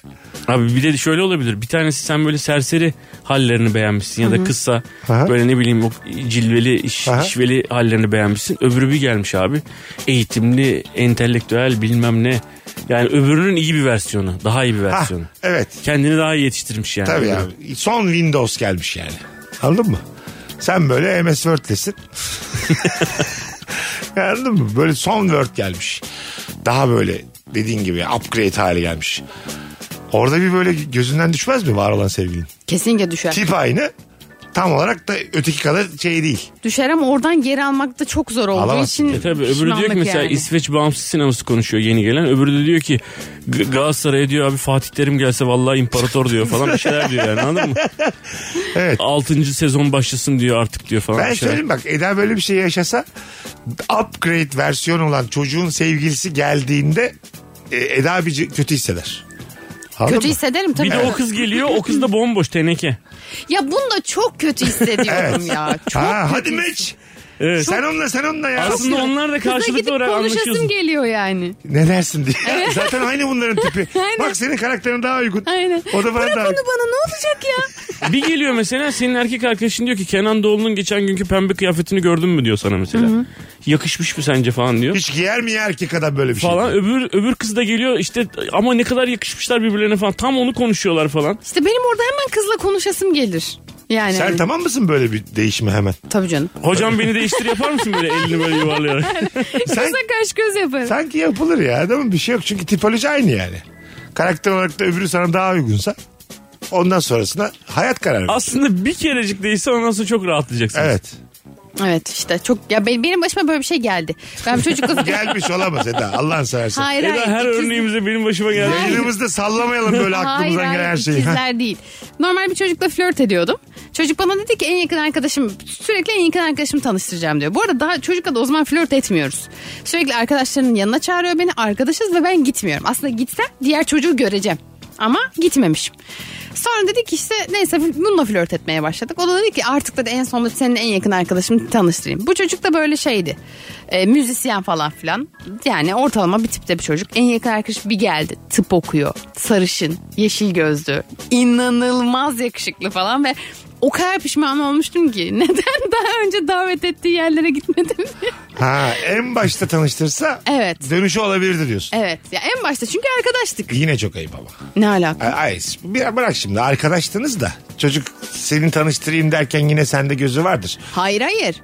Abi bir de şöyle olabilir. Bir tanesi sen böyle serseri hallerini beğenmişsin ya da kısa Aha. böyle ne bileyim o cilveli, iş, Aha. işveli hallerini beğenmişsin. Öbürü bir gelmiş abi. Eğitimli, entelektüel bilmem ne. Yani öbürünün iyi bir versiyonu. Daha iyi bir ha, versiyonu. evet Kendini daha iyi yetiştirmiş yani. tabii abi. son Windows gelmiş yani anladın mı? Sen böyle MS Word'lesin. anladın mı? Böyle son Word gelmiş. Daha böyle dediğin gibi upgrade hali gelmiş. Orada bir böyle gözünden düşmez mi var olan sevgilin? Kesinlikle düşer. Tip aynı tam olarak da öteki kadar şey değil. Düşer ama oradan geri almak da çok zor olduğu Alamazsın. için. E tabii öbürü diyor pişmanlık ki mesela yani. İsveç bağımsız sineması konuşuyor yeni gelen. Öbürü de diyor ki G- Galatasaray'a diyor abi Fatih Terim gelse vallahi imparator diyor falan bir şeyler diyor yani anladın mı? Evet. Altıncı sezon başlasın diyor artık diyor falan. Ben bir şeyler. söyleyeyim bak Eda böyle bir şey yaşasa upgrade versiyon olan çocuğun sevgilisi geldiğinde e, Eda bir c- kötü hisseder. Anladın Kötü mı? hissederim tabii. Bir de o kız geliyor o kız da bomboş teneke. Ya bunu da çok kötü hissediyorum ya. Çok Ha, kötü hadi hissediyorum. meç. Evet. Sen onunla sen onunla ya. Aslında onlar da Kızla gidip karşılıklı olarak konuşasım anlaşıyorsun. geliyor yani. Ne dersin diye. Zaten aynı bunların tipi. Aynen. Bak senin karakterin daha uygun. Aynen. O da bana Bırak daha onu bana ne olacak ya? Bir geliyor mesela senin erkek arkadaşın diyor ki Kenan Doğulu'nun geçen günkü pembe kıyafetini gördün mü diyor sana mesela. Yakışmış mı sence falan diyor. Hiç giyer mi ya erkek adam böyle bir şey? falan öbür öbür kız da geliyor işte ama ne kadar yakışmışlar birbirlerine falan tam onu konuşuyorlar falan. İşte benim orada hemen kızla konuşasım gelir. Yani Sen hani- tamam mısın böyle bir değişime hemen? tabii canım. Hocam beni değiştir yapar mısın böyle elini böyle yuvarlayarak? Sen, Kızla kaş göz yaparım. sanki yapılır ya adamın bir şey yok. Çünkü tipoloji aynı yani. Karakter olarak da öbürü sana daha uygunsa ondan sonrasına hayat kararı. verir. Aslında bir kerecik değilse ondan sonra çok rahatlayacaksınız. Evet. Evet işte çok ya be- benim başıma böyle bir şey geldi. Ben bir çocuk kızı Gelmiş olamaz Eda. Allah'ın seversen. Hayır Eda hayır. her ikiz- örneğimize benim başıma geldi. Yayınımızda sallamayalım böyle Hayır aklımızdan gelen şey. her hayır şeyi. ikizler değil. Normal bir çocukla flört ediyordum. Çocuk bana dedi ki en yakın arkadaşım sürekli en yakın arkadaşımı tanıştıracağım diyor. Bu arada daha çocukla da o zaman flört etmiyoruz. Sürekli arkadaşlarının yanına çağırıyor beni arkadaşız ve ben gitmiyorum. Aslında gitsem diğer çocuğu göreceğim ama gitmemişim. Sonra dedik işte neyse bununla flört etmeye başladık. O da dedi ki artık da en sonunda senin en yakın arkadaşımı tanıştırayım. Bu çocuk da böyle şeydi. E, müzisyen falan filan. Yani ortalama bir tipte bir çocuk. En yakın arkadaşı bir geldi. Tıp okuyor. Sarışın. Yeşil gözlü. inanılmaz yakışıklı falan ve o kadar pişman olmuştum ki neden daha önce davet ettiği yerlere gitmedim diye. Ha, en başta tanıştırsa Evet. dönüşü olabilirdi diyorsun. Evet ya en başta çünkü arkadaştık. Yine çok ayıp ama. Ne alaka? Ay, ay, bir- bırak şimdi arkadaştınız da çocuk seni tanıştırayım derken yine sende gözü vardır. Hayır hayır.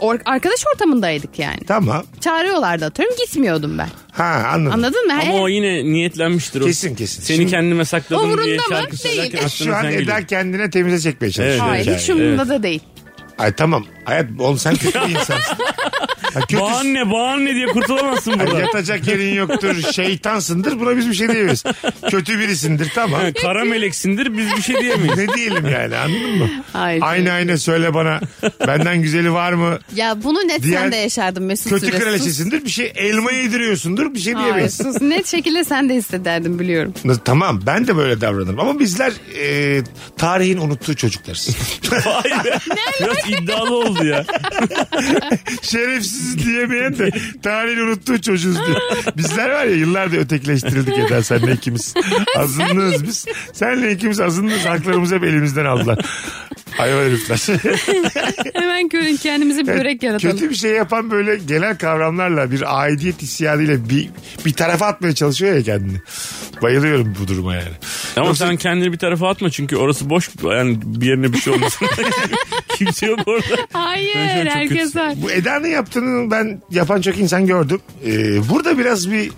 Or- arkadaş ortamındaydık yani. Tamam. Çağırıyorlardı atıyorum gitmiyordum ben. Ha anladım. Anladın mı? Ama He- o yine niyetlenmiştir o. Kesin, kesin. Seni Şimdi- kendime sakladım Umurunda diye mı? şarkı söylerken Değil. aklına Şu an sen Eda geliyor. kendine temize çekmeye çalışıyor. Evet, Hayır hikayeyi. hiç umurumda da değil. Ay tamam. Hayat oğlum sen kötü bir insansın. Ha, kötüsün. Bahanne bahanne diye kurtulamazsın Ay, burada. Yatacak yerin yoktur, şeytansındır. Buna biz bir şey diyemeyiz. Kötü birisindir tamam. Kara meleksindir biz bir şey diyemeyiz. ne diyelim yani anladın mı? Hayır. Aynı aynı söyle bana. Benden güzeli var mı? Ya bunu net Diğer- sen de yaşardın Mesut Kötü Süre. Sus. kraliçesindir. Bir şey elma yediriyorsundur. Bir şey Hayır, diyemeyiz. sus. Net şekilde sen de hissederdin biliyorum. Nasıl- Tamam ben de böyle davranırım. Ama bizler e, tarihin unuttuğu çocuklarız. Vay be. Biraz iddialı oldu ya. Şerefsiz diyemeyen de tarihin unuttuğu çocuğuz diyor. Bizler var ya yıllardır ötekileştirildik Eda senle ikimiz. Azınlığız biz. Senle ikimiz azınlığız. Haklarımızı hep elimizden aldılar. Ayva herifler. Hemen görün kendimize bir börek yaratalım. Kötü bir şey yapan böyle genel kavramlarla bir aidiyet hissiyanıyla bir, bir tarafa atmaya çalışıyor ya kendini. Bayılıyorum bu duruma yani. Ama Yoksa- sen kendini bir tarafa atma çünkü orası boş. Yani bir yerine bir şey olmasın. Kimse yok orada. Hayır herkes var. Bu Eda'nın yaptığını ben yapan çok insan gördüm. Ee, burada biraz bir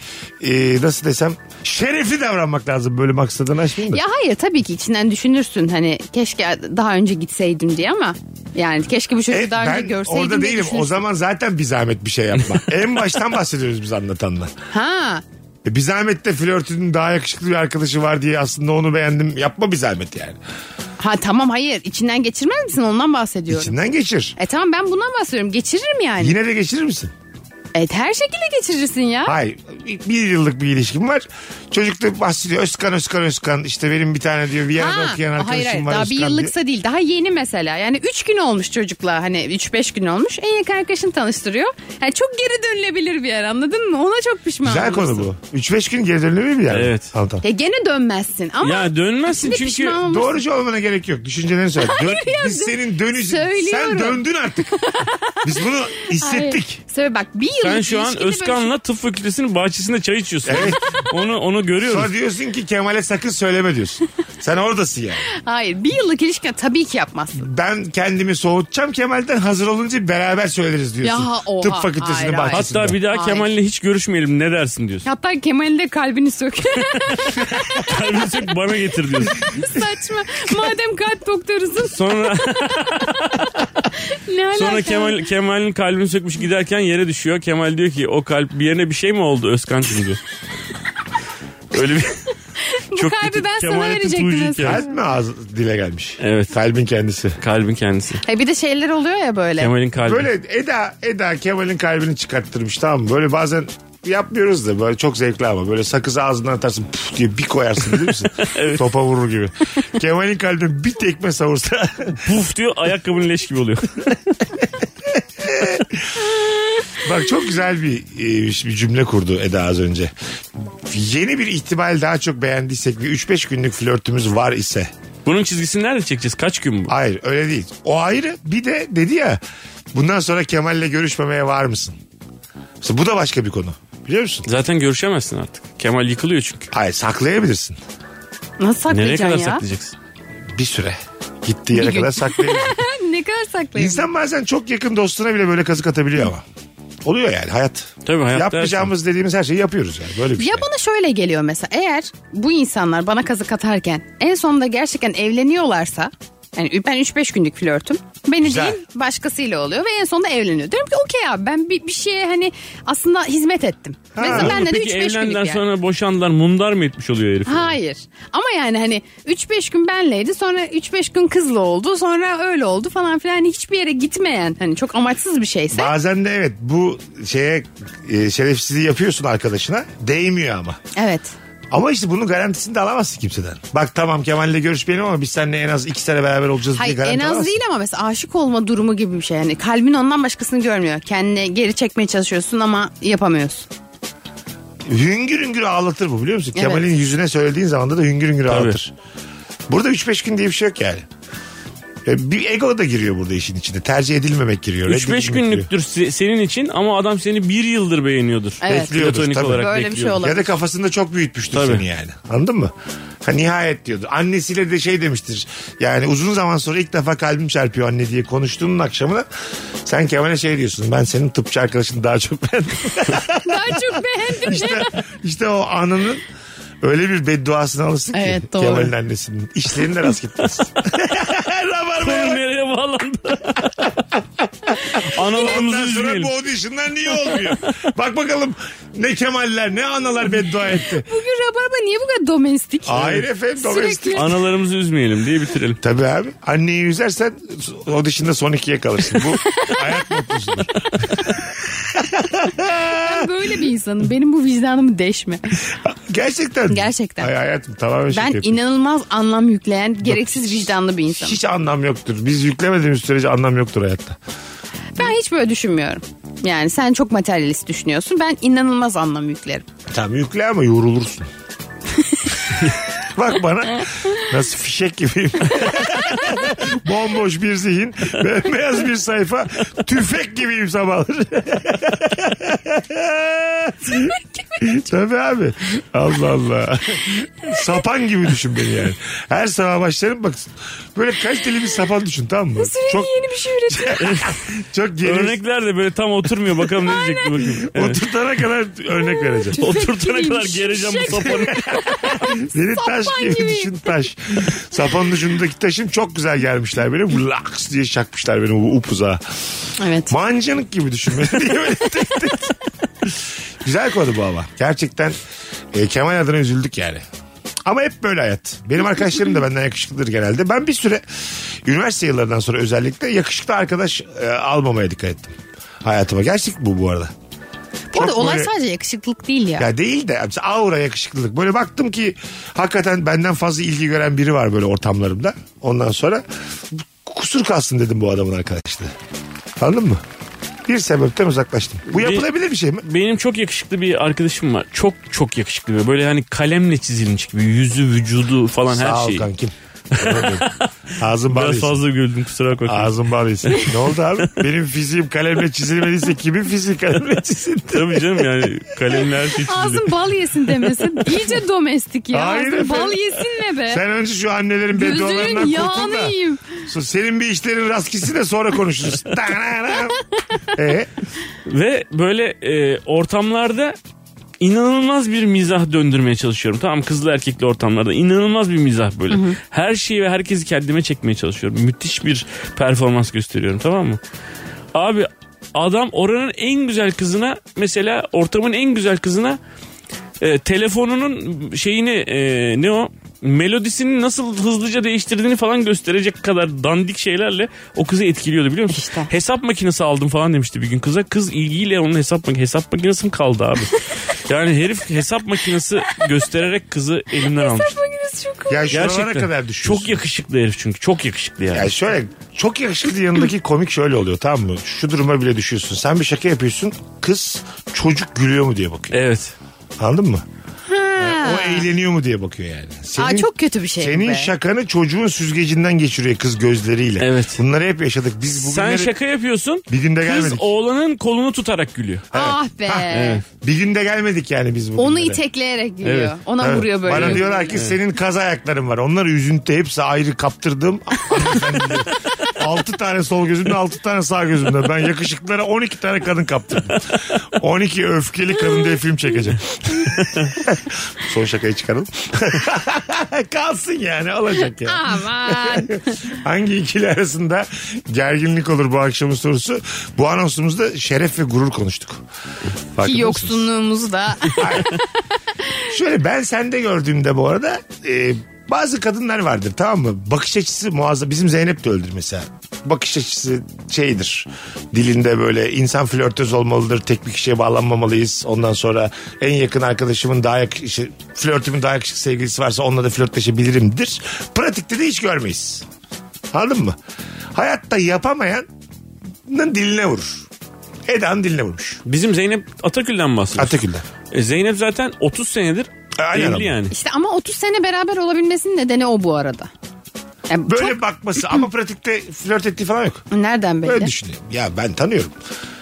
e, nasıl desem şerefli davranmak lazım böyle maksadını aşmayayım da. Ya hayır tabii ki içinden düşünürsün hani keşke daha önce gitseydim diye ama yani keşke bu çocuğu E, daha önce ben görseydim orada diye değilim. O düşünürsün. zaman zaten bir zahmet bir şey yapma. en baştan bahsediyoruz biz anlatanlar. Ha E, bir zahmet de flörtünün daha yakışıklı bir arkadaşı var diye aslında onu beğendim. Yapma bir zahmet yani. ha tamam hayır içinden geçirmez misin ondan bahsediyorum. İçinden geçir. E tamam ben bundan bahsediyorum geçiririm yani. Yine de geçirir misin? Evet her şekilde geçirirsin ya. Hayır. Bir yıllık bir ilişkim var. Çocuk da bahsediyor. Özkan Özkan Özkan. İşte benim bir tane diyor bir yerde okuyan arkadaşım hayır, hayır. var. Daha Özkan bir diye. yıllıksa değil daha yeni mesela. Yani 3 gün olmuş çocukla hani 3-5 gün olmuş. En yakın arkadaşını tanıştırıyor. Yani çok geri dönülebilir bir yer anladın mı? Ona çok pişman Güzel konu olursun. bu. 3-5 gün geri dönülür mü yani? Evet. Tamam, tamam. Ya gene dönmezsin ama Ya dönmezsin içinde çünkü pişman olmuşsun. Doğrucu olmana gerek yok. Düşüncelerini söyle. Dön- biz dön- senin dönüş... Sen Söylüyorum. döndün artık. biz bunu Hayır. hissettik. Söyle bak bir yıllık Sen şu an ilişkide böyle şey- Özkan'la tıp fakültesinin bahçesinde çay içiyorsun. onu onu görüyoruz. Sonra diyorsun ki Kemal'e sakın söyleme diyorsun. Sen oradasın yani. şey- Hayır bir yıllık ilişkine tabii ki yapmazsın. Ben kendimi soğutacağım Kemal'den hazır olunca beraber söyleriz diyorsun. Ya, oha, Tıp fakültesinin hayır, hayır. bahçesinde. Hatta bir daha Hayır. Kemal'le hiç görüşmeyelim ne dersin diyorsun. Hatta Kemal'in de kalbini sök. Kalbini sök bana getir diyorsun. Saçma. Madem kalp doktorusun Sonra ne alaka? sonra Kemal Kemal'in kalbini sökmüş giderken yere düşüyor. Kemal diyor ki o kalp bir yerine bir şey mi oldu Özkan'cığım diyor. Öyle bir Bu çok kalbi kötü ben sana Kemal'e verecektim tutucu aslında. hikaye. Kalp mi ağzı dile gelmiş? Evet. Kalbin kendisi. kalbin kendisi. E bir de şeyler oluyor ya böyle. Kemal'in kalbi. Böyle Eda Eda Kemal'in kalbini çıkarttırmış tamam mı? Böyle bazen yapmıyoruz da böyle çok zevkli ama böyle sakızı ağzından atarsın puf diye bir koyarsın bilir misin? Topa vurur gibi. Kemal'in kalbine bir tekme savursa Puf diyor ayakkabının leş gibi oluyor. Bak çok güzel bir, e, bir cümle kurdu Eda az önce. Yeni bir ihtimal daha çok beğendiysek ve 3-5 günlük flörtümüz var ise. Bunun çizgisini nerede çekeceğiz? Kaç gün bu? Hayır öyle değil. O ayrı. Bir de dedi ya bundan sonra Kemal'le görüşmemeye var mısın? Mesela bu da başka bir konu. Biliyor musun? Zaten görüşemezsin artık. Kemal yıkılıyor çünkü. Hayır saklayabilirsin. Nasıl Nereye saklayacaksın kadar ya? saklayacaksın? Bir süre. Gittiği yere gün. kadar saklayabilirsin. ne kadar saklayayım? İnsan bazen çok yakın dostuna bile böyle kazık atabiliyor ama. Oluyor yani hayat. Tabii hayat Yapmayacağımız dediğimiz her şeyi yapıyoruz yani. Böyle bir Ya şey. bana şöyle geliyor mesela eğer bu insanlar bana kazık atarken en sonunda gerçekten evleniyorlarsa yani ben 3-5 günlük flörtüm. Beni Güzel. değil başkasıyla oluyor ve en sonunda evleniyor. Diyorum ki okey abi ben bir, bir şeye hani aslında hizmet ettim. mesela ben de Peki 3-5 günlük evlendikten yani. sonra boşandılar mundar mı etmiş oluyor herif? Hayır. Ama yani hani 3-5 gün benleydi sonra 3-5 gün kızla oldu sonra öyle oldu falan filan. Hani hiçbir yere gitmeyen hani çok amaçsız bir şeyse. Bazen de evet bu şeye e, şerefsizliği yapıyorsun arkadaşına değmiyor ama. evet. Ama işte bunun garantisini de alamazsın kimseden. Bak tamam Kemal'le görüşmeyelim ama biz seninle en az iki sene beraber olacağız diye Hayır garanti en az alamazsın. değil ama mesela aşık olma durumu gibi bir şey. Yani kalbin ondan başkasını görmüyor. Kendini geri çekmeye çalışıyorsun ama yapamıyorsun. Hüngür hüngür ağlatır bu biliyor musun? Evet. Kemal'in yüzüne söylediğin zaman da hüngür hüngür ağlatır. Burada 3-5 gün diye bir şey yok yani. Ya Bir ego da giriyor burada işin içinde. Tercih edilmemek giriyor. 3-5 reddedilmek giriyor. günlüktür se- senin için ama adam seni bir yıldır beğeniyordur. Evet. Bekliyordur, Platonik tabii. olarak Böyle bir şey bekliyordur. Ya olabilir. da kafasında çok büyütmüştür Tabii. seni yani. Anladın mı? Ha, nihayet diyordu. Annesiyle de şey demiştir. Yani uzun zaman sonra ilk defa kalbim çarpıyor anne diye konuştuğunun akşamına sen Kemal'e şey diyorsun. Ben senin tıpçı arkadaşını daha çok beğendim. Daha çok beğendim. işte, işte o anının öyle bir bedduasını alırsın ki Evet, doğru. Kemal'in annesinin. İşlerinde rast gitmez. Rabarbaya Konu bak. nereye bağlandı? Ondan Analarımızı sonra üzmeyelim. bu audition'dan niye olmuyor? Bak bakalım ne Kemal'ler ne analar beddua etti. Bugün Rabarba niye bu kadar domestik? Hayır efendim Sürekli- domestik. Analarımızı üzmeyelim diye bitirelim. Tabii abi. Anneyi üzersen o dışında son ikiye kalırsın. Bu hayat mutlusudur. Ben böyle bir insanım. Benim bu vicdanımı deşme. Gerçekten. mi? Gerçekten. Ay hayatım tamamen şaka Ben yapıyorum. inanılmaz anlam yükleyen, gereksiz vicdanlı bir insanım. Hiç anlam yoktur. Biz yüklemediğimiz sürece anlam yoktur hayatta. Ben hiç böyle düşünmüyorum. Yani sen çok materyalist düşünüyorsun. Ben inanılmaz anlam yüklerim. Tam yükle ama yorulursun. Bak bana nasıl fişek gibiyim. Bomboş bir zihin, beyaz bir sayfa, tüfek gibiyim sabahları. Tabii abi. Allah Allah. sapan gibi düşün beni yani. Her sabah başlarım bak. Böyle kaç deli bir sapan düşün tamam mı? Sürekli Çok yeni bir şey üretiyorum. çok geri Örnekler de böyle tam oturmuyor. Bakalım ne diyecek bir bakayım. Evet. Oturtana kadar örnek vereceğim. Oturtana kadar gibiymiş. gereceğim bu Şaka. sopanı. Beni taş Sapan gibi gibi. düşün taş. Sapanın ucundaki taşım çok güzel gelmişler benim. Laks diye çakmışlar beni bu upuza. evet. Mancanık gibi düşün beni diye böyle tek tek. Güzel konu bu ama. Gerçekten e, Kemal adına üzüldük yani. Ama hep böyle hayat. Benim arkadaşlarım da benden yakışıklıdır genelde. Ben bir süre üniversite yıllarından sonra özellikle yakışıklı arkadaş e, almamaya dikkat ettim. Hayatıma. Gerçek bu bu arada. Bu arada Çok olay böyle- sadece yakışıklık değil ya. Ya değil de mesela aura yakışıklılık. Böyle baktım ki hakikaten benden fazla ilgi gören biri var böyle ortamlarımda. Ondan sonra kusur kalsın dedim bu adamın arkadaşlığı. Anladın mı? Bir sebepten uzaklaştım. Bu yapılabilir bir şey mi? Benim çok yakışıklı bir arkadaşım var. Çok çok yakışıklı. Böyle, böyle hani kalemle çizilmiş gibi. Yüzü, vücudu falan Sağ her ol şeyi. kankim. Ağzın Biraz bağlıysa. fazla güldüm kusura bakmayın. Ağzın bağlıysa. ne oldu abi? Benim fiziğim kalemle çizilmediyse kimin fiziği kalemle çizildi? Tabii canım yani kalemle her şey çizdi. Ağzın bal yesin demesin. İyice domestik ya. Hayır Ağzın bal efendim. yesin ne be? Sen önce şu annelerin beddualarından Gözünün kurtul yağını da. yiyeyim. So- Senin bir işlerin rast gitsin de sonra konuşuruz. Ta-ra-ra. e, Ve böyle e, ortamlarda inanılmaz bir mizah döndürmeye çalışıyorum. Tamam kızlı erkekli ortamlarda inanılmaz bir mizah böyle. Her şeyi ve herkesi kendime çekmeye çalışıyorum. Müthiş bir performans gösteriyorum tamam mı? Abi adam oranın en güzel kızına mesela ortamın en güzel kızına e, telefonunun şeyini e, ne o melodisini nasıl hızlıca değiştirdiğini falan gösterecek kadar dandik şeylerle o kızı etkiliyordu biliyor musun? İşte. Hesap makinesi aldım falan demişti bir gün kıza. Kız ilgiyle onun hesap makinesi. Hesap makinesi mi kaldı abi? yani herif hesap makinesi göstererek kızı elimden almış. Makinesi çok ya şuralara Gerçekten. kadar düşüyorsun. Çok yakışıklı herif çünkü. Çok yakışıklı yani. Ya şöyle çok yakışıklı yanındaki komik şöyle oluyor tamam mı? Şu duruma bile düşüyorsun. Sen bir şaka yapıyorsun. Kız çocuk gülüyor mu diye bakıyor. Evet. Anladın mı? E, Ha. O eğleniyor mu diye bakıyor yani. Senin, Aa, çok kötü bir şey bu Senin be. şakanı çocuğun süzgecinden geçiriyor kız gözleriyle. Evet. Bunları hep yaşadık. Biz Sen bugünleri şaka yapıyorsun. bir günde Kız gelmedik. oğlanın kolunu tutarak gülüyor. Ah be. Bir günde gelmedik yani biz bugünlere. Onu itekleyerek gülüyor. Evet. Ona Evet. vuruyor böyle. Bana diyorlar ki senin kaz ayakların var. Onlar üzüntü hepsi ayrı kaptırdım. altı tane sol gözümde altı tane sağ gözümde. Ben yakışıklara 12 tane kadın kaptırdım. 12 öfkeli kadın diye film çekeceğim. Son şakayı çıkaralım. Kalsın yani olacak ya. Ah. Aman. Hangi ikili arasında gerginlik olur bu akşamın sorusu? Bu anonsumuzda şeref ve gurur konuştuk. Ki Farkında mısınız? yoksunluğumuz da. Şöyle ben sende gördüğümde bu arada e, bazı kadınlar vardır tamam mı? Bakış açısı muazzam. Bizim Zeynep de öldür mesela. Bakış açısı şeydir. Dilinde böyle insan flörtöz olmalıdır. Tek bir kişiye bağlanmamalıyız. Ondan sonra en yakın arkadaşımın daha yakışık, işte, flörtümün daha yakışık sevgilisi varsa onunla da flörtleşebilirimdir. Pratikte de hiç görmeyiz. Anladın mı? Hayatta yapamayanın diline vurur. Eda'nın diline vurmuş. Bizim Zeynep Atakül'den mi bahsediyorsun? Atakül'den. E, Zeynep zaten 30 senedir E, Aynen ama. evli yani. İşte ama 30 sene beraber olabilmesinin nedeni o bu arada. Yani Böyle çok bakması ama pratikte flört ettiği falan yok. nereden belli? Öyle düşünüyorum. Ya ben tanıyorum.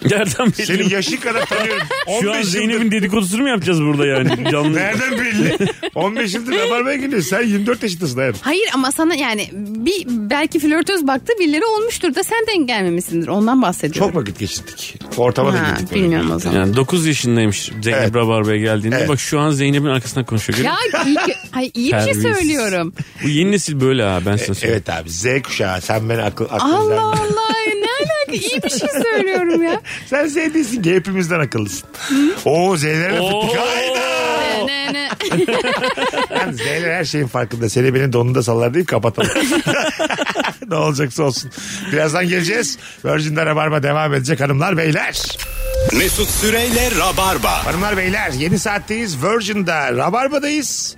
Nereden belli? Senin yaşın kadar tanıyorum. 15 Şu an yıldır- Zeynep'in dedikodusunu mu yapacağız burada yani? Canlı. Nereden belli? 15 yıldır Rabarba'ya geliyor. Sen 24 yaşındasın hayır. Hayır ama sana yani bir belki flörtöz baktı birileri olmuştur da sen denk gelmemişsindir. Ondan bahsediyorum. Çok vakit geçirdik. Ortama da Ha, gittik. böyle. bilmiyorum o zaman. Yani 9 yaşındaymış Zeynep Evet. Rabarba'ya geldiğinde. Evet. Bak şu an Zeynep'in arkasından konuşuyor. Ya görüyor iyi, ki- Ay, iyi bir şey Terbiyesiz. söylüyorum. musun? Bu yeni nesil böyle ha ben sana söyleyeyim. Evet abi Z kuşağı sen beni akıl aklımdan. Allah Allah ne alaka iyi bir şey söylüyorum ya. Sen Z değilsin ki hepimizden akıllısın. Oo Z'lere Oo. fıttık. Ne, ne, ne. Yani Z'ler her şeyin farkında. Seni beni donunda sallar deyip kapatalım. ne olacaksa olsun. Birazdan geleceğiz. Virgin'de Rabarba devam edecek hanımlar beyler. Mesut Süreyle Rabarba. Hanımlar beyler yeni saatteyiz. Virgin'da Rabarba'dayız.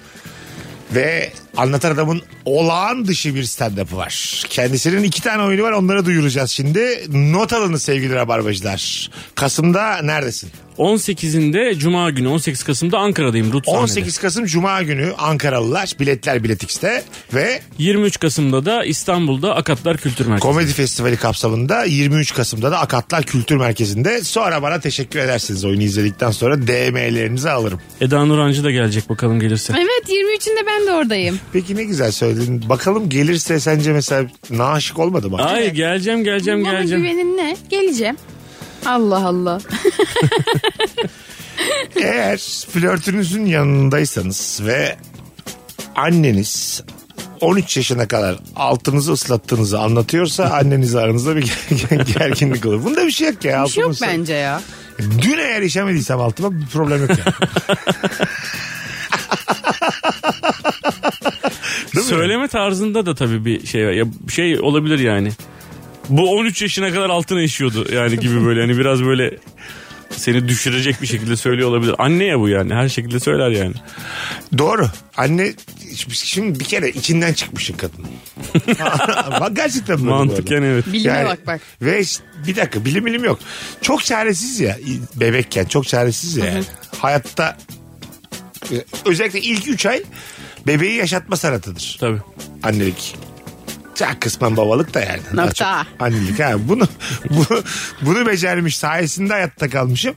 Ve anlatan adamın olağan dışı bir stand-up'ı var. Kendisinin iki tane oyunu var onları duyuracağız şimdi. Not alın sevgili Rabarbacılar. Kasım'da neredesin? 18'inde Cuma günü 18 Kasım'da Ankara'dayım. Rut 18. 18 Kasım Cuma günü Ankaralılar biletler biletikste ve 23 Kasım'da da İstanbul'da Akatlar Kültür Merkezi. Komedi Festivali kapsamında 23 Kasım'da da Akatlar Kültür Merkezi'nde. Sonra bana teşekkür edersiniz oyunu izledikten sonra DM'lerinizi alırım. Eda Nurancı da gelecek bakalım gelirse. Evet 23'ünde ben de oradayım. Peki ne güzel söyledin. Bakalım gelirse sence mesela naşık olmadı mı? Ay geleceğim geleceğim Bana geleceğim. güvenin ne? Geleceğim. Allah Allah. Eğer flörtünüzün yanındaysanız ve anneniz 13 yaşına kadar altınızı ıslattığınızı anlatıyorsa annenizle aranızda bir gerginlik olur. Bunda bir şey yok ya. Bir şey altımı yok ıslat- bence ya. Dün eğer işemediysem altıma bir problem yok ya. Değil mi? Söyleme tarzında da tabii bir şey var. Ya şey olabilir yani. Bu 13 yaşına kadar altına işiyordu yani gibi böyle hani biraz böyle seni düşürecek bir şekilde söylüyor olabilir. Anne ya bu yani her şekilde söyler yani. Doğru. Anne şimdi bir kere içinden çıkmışın kadın. Bak gerçekten böyle bu arada. Mantıken evet. Bilime Yani- bak bak. Ve ş- bir dakika bilim bilim yok. Çok çaresiz ya i- bebekken çok çaresiz ya. yani. Hayatta e, özellikle ilk 3 ay bebeği yaşatma sanatıdır Tabii. annelik. Ya kısmen babalık da yani. Daha Nokta. çok Annelik ha. Bunu, bu, bunu becermiş sayesinde hayatta kalmışım.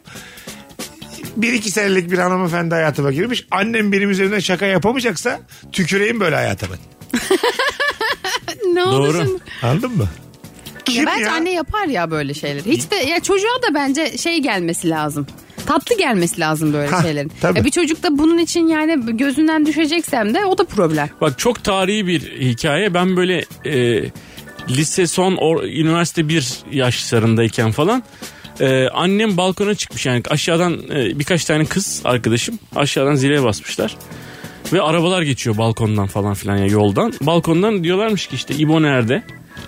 Bir iki senelik bir hanımefendi hayatıma girmiş. Annem benim üzerinden şaka yapamayacaksa tüküreyim böyle hayata ben. Ne Doğru. olursun. Anladın mı? Kim bence ya? anne yapar ya böyle şeyleri. Hiç de ya çocuğa da bence şey gelmesi lazım. Tatlı gelmesi lazım böyle Ha, şeylerin. tabii. Ya bir çocuk da bunun için yani gözünden düşeceksem de o da problem. Bak çok tarihi bir hikaye. Ben böyle e, lise son or- üniversite bir yaşlarındayken falan e, annem balkona çıkmış yani aşağıdan e, birkaç tane kız arkadaşım aşağıdan zile basmışlar. Ve arabalar geçiyor balkondan falan filan ya yoldan. Balkondan diyorlarmış ki işte İbo nerede?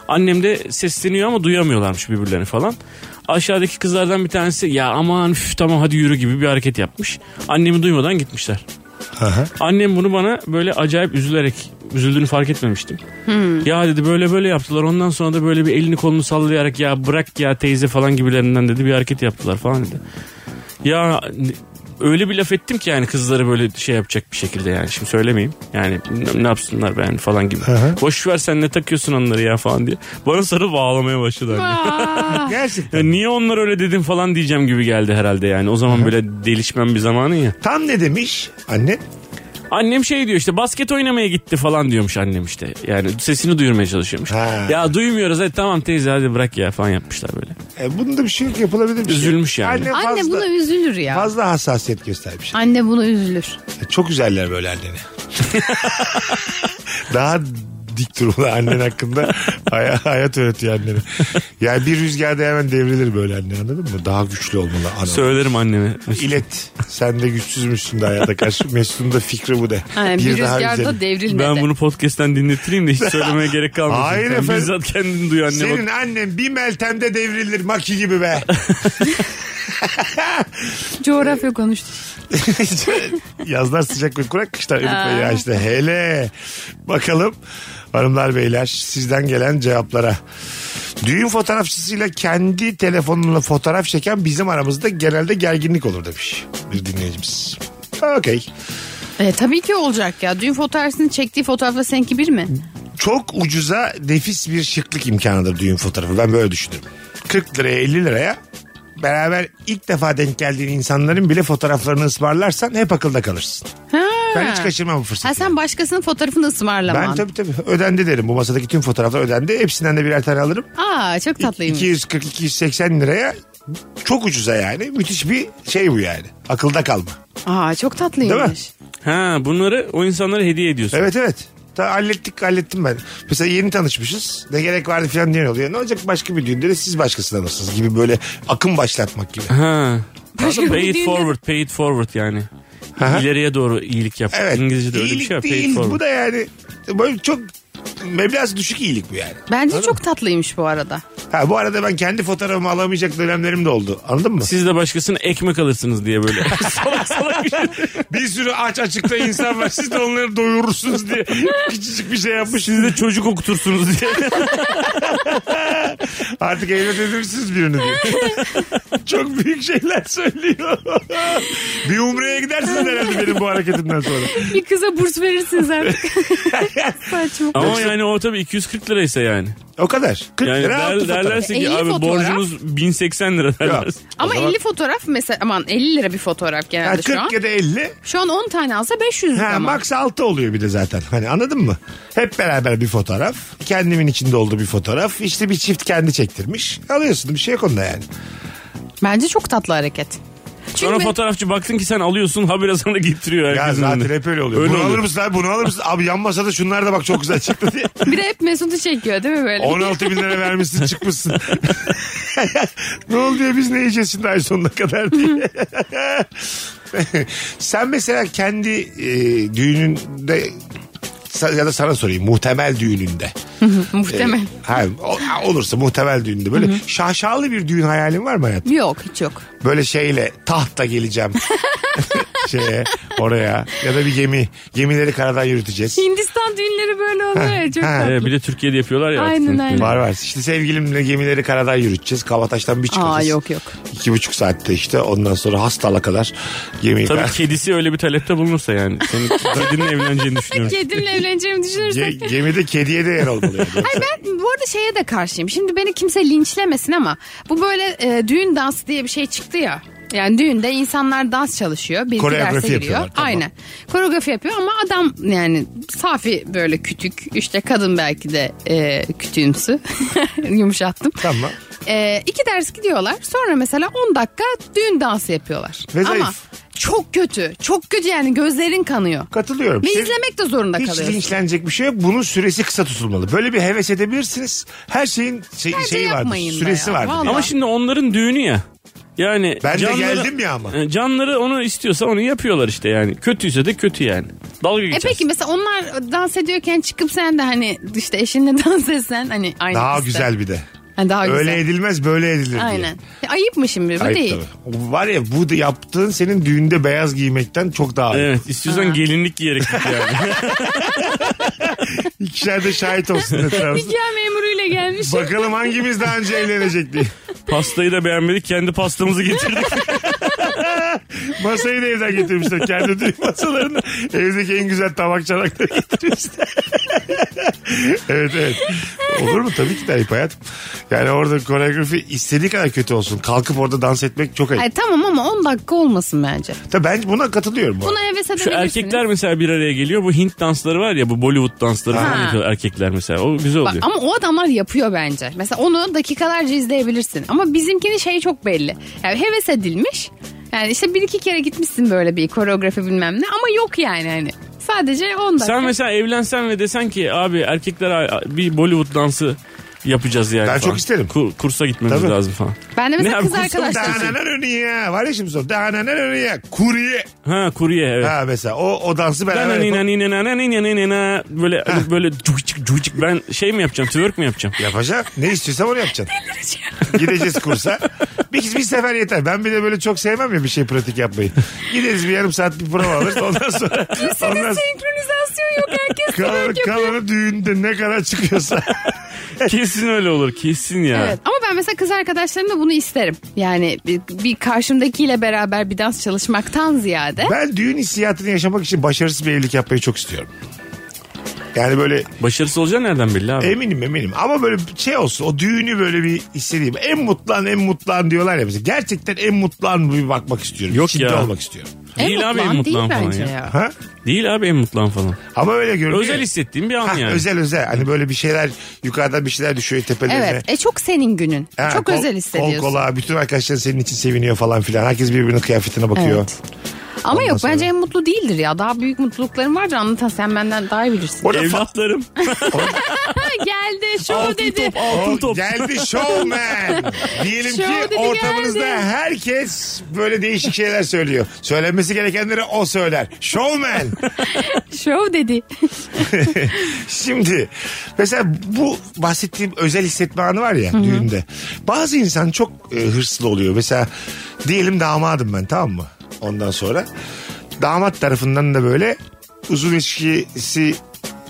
Annem de sesleniyor ama duyamıyorlarmış birbirlerini falan. Aşağıdaki kızlardan bir tanesi ya aman üf, tamam hadi yürü gibi bir hareket yapmış. Annemi duymadan gitmişler. Aha. Annem bunu bana böyle acayip üzülerek üzüldüğünü fark etmemiştim. Ya dedi böyle böyle yaptılar ondan sonra da böyle bir elini kolunu sallayarak ya bırak ya teyze falan gibilerinden dedi bir hareket yaptılar falan dedi. Ya ne- öyle bir laf ettim ki yani kızları böyle şey yapacak bir şekilde yani şimdi söylemeyeyim. Yani ne, ne yapsınlar ben falan gibi. Boş ver sen ne takıyorsun onları ya falan diye. Bana sarıp ağlamaya başladı anne. Aa, Gerçekten. Ya niye onlar öyle dedim falan diyeceğim gibi geldi herhalde yani. O zaman böyle delişmem bir zamanı ya. Tam ne demiş annen? Annem şey diyor işte basket oynamaya gitti falan diyormuş annem işte. Yani sesini duyurmaya çalışıyormuş. Ha. Ya duymuyoruz hadi tamam teyze hadi bırak ya falan yapmışlar böyle. E, bunda bir şey yok yapılabilir bir şey. Üzülmüş yani. Anne, anne fazla, buna üzülür ya. fazla hassasiyet göstermiş. E, Anne buna üzülür. Çok güzeller böyle anneni. Daha dik durumda annen hakkında hay- hayat öğretiyor annene. Yani bir rüzgarda hemen devrilir böyle anne anladın mı? Daha güçlü olmalı ana. Söylerim anneme. İlet. Sen de güçsüz müsün de hayata karşı. Mesut'un da fikri bu de. Yani bir, üzerim. rüzgarda devrilmedi. Ben bunu podcast'ten dinletireyim de hiç söylemeye gerek kalmasın. Hayır Sen efendim. Bizzat kendini duy anne Senin bak. annen bir meltemde devrilir maki gibi be. Coğrafya konuştu. Yazlar sıcak ve kurak kışlar ılık ve yağışlı. Hele bakalım hanımlar beyler sizden gelen cevaplara. Düğün fotoğrafçısıyla kendi telefonunla fotoğraf çeken bizim aramızda genelde gerginlik olur demiş bir dinleyicimiz. Okey. E, tabii ki olacak ya. Düğün fotoğrafını çektiği fotoğrafla seninki bir mi? Çok ucuza nefis bir şıklık imkanıdır düğün fotoğrafı. Ben böyle düşünürüm. 40 liraya 50 liraya beraber ilk defa denk geldiğin insanların bile fotoğraflarını ısmarlarsan hep akılda kalırsın. Ha. Ben hiç kaçırmam bu fırsatı. Ha sen başkasının fotoğrafını ısmarlaman. Ben tabii tabii ödendi derim. Bu masadaki tüm fotoğraflar ödendi. Hepsinden de birer tane alırım. Aa çok tatlıymış. 240-280 liraya çok ucuza yani. Müthiş bir şey bu yani. Akılda kalma. Aa çok tatlıymış. Değil mi? Ha bunları o insanlara hediye ediyorsun. Evet evet. Ta hallettik hallettim ben. Mesela yeni tanışmışız. Ne gerek vardı falan diyen oluyor. Ne olacak başka bir düğünde de siz başkasına alırsınız gibi böyle akım başlatmak gibi. Ha. Başka bir pay it düğünde- forward, pay it forward yani. Aha. İleriye doğru iyilik yap. Evet. İngilizce'de öyle bir İyilik şey var. Pay it değil. forward. Bu da yani böyle çok meblağ düşük iyilik bu yani. Bence çok tatlıymış bu arada. Ha, bu arada ben kendi fotoğrafımı alamayacak dönemlerim de oldu. Anladın mı? Siz de başkasına ekmek alırsınız diye böyle. salak salak bir şey. Bir sürü aç açıkta insan var. Siz de onları doyurursunuz diye küçücük bir şey yapmış. Siz de çocuk okutursunuz diye. Artık evlat edinirsiniz birini diye. Çok büyük şeyler söylüyor. bir umreye gidersiniz herhalde benim bu hareketimden sonra. Bir kıza burs verirsiniz artık. Saçma. Ama yani o tabii 240 liraysa yani. O kadar. 40 Yani lira der, altı fotoğraf. derlerse ki 50 abi fotoğraf. borcunuz 1080 lira derler. Yok. Ama O zaman- 50 fotoğraf mesela aman 50 lira bir fotoğraf genelde Ha, şu an. 40 ya da 50. Şu an 10 tane alsa 500 lira Ha, ama. max 6 oluyor bir de zaten. Hani anladın mı? Hep beraber bir fotoğraf. Kendimin içinde olduğu bir fotoğraf. İşte bir çift kendi çektirmiş. Alıyorsun bir şey yok onda yani. Bence çok tatlı hareket. Sonra Çünkü- fotoğrafçı baktın ki sen alıyorsun habire sana getiriyor Ya herkesin. zaten önüne. hep öyle oluyor. Öyle bunu oluyor. alır mısın abi bunu alır mısın? Abi yan masada şunlar da bak çok güzel çıktı diye. Bir de hep Mesut'u çekiyor değil mi böyle? 16 bin lira vermişsin çıkmışsın. ne oldu ya biz ne yiyeceğiz şimdi ay sonuna kadar diye. Sen mesela kendi e, düğününde sa- ya da sana sorayım muhtemel düğününde. Muhtemel. Ha, o- ha, olursa muhtemel düğünde böyle Ee, şaşalı bir düğün hayalin var mı hayatım? Yok hiç yok. Böyle şeyle tahta geleceğim. şeye oraya ya da bir gemi gemileri karadan yürüteceğiz. Hindistan düğünleri böyle oluyor ya çok Ha. tatlı. Ee, bir de Türkiye'de yapıyorlar ya. Aynen, artık. aynen. Var var. İşte sevgilimle gemileri karadan yürüteceğiz. Kabataş'tan bir çıkacağız. Aa yok yok. İki buçuk saatte işte ondan sonra hastala kadar gemiyi Tabii kedisi öyle bir talepte bulunursa yani. Senin kedinle evleneceğini düşünüyorum. Kedimle evleneceğimi düşünürsen. Ge- gemide kediye de yer olmalı yani. Ay ben bu arada şeye de karşıyım. Şimdi beni kimse linçlemesin ama bu böyle e, düğün dansı diye bir şey çıktı ya. Yani düğünde insanlar dans çalışıyor. Bir Koreografi derse giriyor. yapıyorlar, tamam. Aynen. Koreografi yapıyor ama adam yani safi böyle kütük. İşte kadın belki de e, kütüğümsü. Yumuşattım. Tamam. E, iki ders gidiyorlar. Sonra mesela 10 dakika düğün dansı yapıyorlar. Ve zayıf. ama çok kötü. Çok kötü yani gözlerin kanıyor. Katılıyorum. Ve Senin- izlemek de zorunda Şey- Hiç kalıyorsun. linçlenecek bir şey yok. Bunun süresi kısa tutulmalı. Böyle bir heves edebilirsiniz. Her şeyin şey- şeyi vardır. yapmayın da Süresi ya. vardır. Vallahi. Ama şimdi onların düğünü ya. Yani Ben de geldim ya ama. E, Canları onu istiyorsa onu yapıyorlar işte yani. Kötüyse de kötü yani. Dalga E geçeceğiz. peki mesela onlar dans ediyorken çıkıp sen de hani işte eşinle dans etsen hani aynı Daha pistte. güzel bir de. Ha, daha güzel. Öyle edilmez böyle edilir diye. Aynen. E, Ayıp mı şimdi bu Ayıp değil. tabii. Var ya bu da yaptığın senin düğünde beyaz giymekten çok daha ayıp. Evet istiyorsan gelinlik giyerek git yani. İkişer de şahit olsun etrafında. Nikah memuruyla gelmiş. Bakalım hangimiz daha önce evlenecek diye. Pastayı da beğenmedik kendi pastamızı getirdik. Masayı da evden getirmişler. Kendi düğün masalarını. Evdeki en güzel tabak çanakları getirmişler. evet evet. Olur mu? Tabii ki de ayıp hayatım. Yani orada koreografi istediği kadar kötü olsun. Kalkıp orada dans etmek çok ayıp. Ay, tamam ama 10 dakika olmasın bence. Tabii ben buna katılıyorum. Bu Buna arada. heves Şu edebilirsiniz. erkekler mesela bir araya geliyor. Bu Hint dansları var ya bu Bollywood dansları Ha. falan yapıyor erkekler mesela. O güzel Bak, oluyor. ama o adamlar yapıyor bence. Mesela onu dakikalarca izleyebilirsin. Ama bizimkinin şeyi çok belli. Yani heves edilmiş. Yani işte bir iki kere gitmişsin böyle bir koreografi bilmem ne. Ama yok yani hani. Sadece 10 dakika. Sen mesela evlensen ve desen ki abi erkekler bir Bollywood dansı yapacağız yani. Ben falan. çok isterim. Ku- kursa gitmemiz Tabii. lazım falan. Ben de mesela Ne kız abi, kusura- arkadaşlarım. Dananan önü ya. Var ya şimdi son. Dananan önü ya. Kurye. Ha kurye evet. Ha mesela o, o dansı beraber yapalım. Nananinaninaninaninanina. böyle böyle cucuk cucuk ben şey mi yapacağım twerk mi yapacağım? Yapacak. Ne istiyorsam onu yapacaksın. Gideceğiz kursa. Bir, bir sefer yeter. Ben bir de böyle çok sevmem ya bir şey pratik yapmayı. Gideriz bir yarım saat bir prova alırız. Ondan sonra... ondan Senkronizasyon yok herkes kalanı, kalanı düğünde ne kadar çıkıyorsa. Kesin öyle olur kesin ya. Evet. Ama ben mesela kız arkadaşlarımla bunu isterim. Yani bir, bir karşımdakiyle beraber bir dans çalışmaktan ziyade. ben düğün hissiyatını yaşamak için başarısız bir evlilik yapmayı çok istiyorum. Yani böyle Başarısı olacağı nereden belli abi? eminim eminim ama böyle şey olsun o düğünü böyle bir hissedeyim. En mutlu an en mutlu an diyorlar ya bize. Gerçekten en mutlu an bir bakmak istiyorum. Yok İçinde ya. olmak istiyorum. en değil abi mutlu en an değil mutlu an falan bence ya. ya. Ha? Değil abi en mutlu an falan. Ama öyle görünüyor. Özel hissettiğim bir an Ha, yani. Özel özel. Hani böyle bir şeyler yukarıdan bir şeyler düşüyor tepelerine. Evet. E çok senin günün. Ha, çok kol- özel hissediyorsun. Kol kola bütün arkadaşlar senin için seviniyor falan filan. Herkes birbirinin kıyafetine bakıyor. Evet. Ama yok sonra- bence en mutlu değildir ya. Daha büyük mutluluklarım vardır anlatan sen benden daha iyi bilirsin. Orada fa- Evlatlarım. Ha, geldi şov altın dedi. top altın O top. Oh, geldi showman. Diyelim Show ki dedi, ortamınızda geldi. herkes böyle değişik şeyler söylüyor. Söylenmesi gerekenleri o söyler. Showman. Şov dedi. Şimdi mesela bu bahsettiğim özel hissetme anı var ya düğünde. Bazı insan çok e, hırslı oluyor. Mesela diyelim damadım ben tamam mı? Ondan sonra damat tarafından da böyle uzun ilişkisi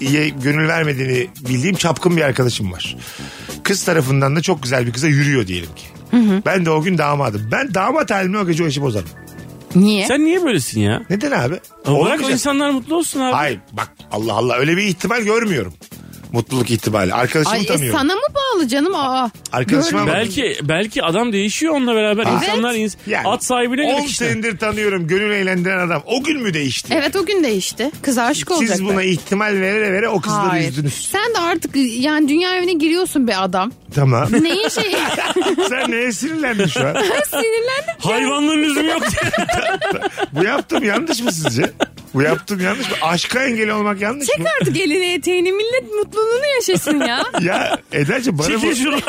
iyiye gönül vermediğini bildiğim çapkın bir arkadaşım var. Kız tarafından da çok güzel bir kıza yürüyor diyelim ki. Ben de o gün damadım. Ben damat halimle o gece o işi bozarım. Niye? Sen niye böylesin ya? Neden abi? Olarak Olamayacak. insanlar mutlu olsun abi. Hayır bak Allah Allah öyle bir ihtimal görmüyorum. Mutluluk ihtimali. Arkadaşımı Ay, e, tanıyorum. sana mı bağlı canım? Aa, Arkadaşıma gördüm. bak. Belki belki adam değişiyor onunla beraber. İnsanlar ins- Yani at sahibine 10 göre işte. senedir tanıyorum gönül eğlendiren adam. O gün mü değişti? Evet o gün değişti. Kız aşık olacak. Siz buna belki. ihtimal vere vere o kızları Hayır. üzdünüz. Sen de artık yani dünya evine giriyorsun be adam. Tamam. Neyin şey? şeyi? Sen neye sinirlendin şu an? Sinirlendim. Hayvanların lüzumu yok. Bu yaptım yanlış mı sizce? Bu yaptım yanlış mı? Aşka engel olmak yanlış Çek mı? artık elini eteğini millet mutluluğunu yaşasın ya. Ya Eda'cığım bana Çekil bu, şuradan.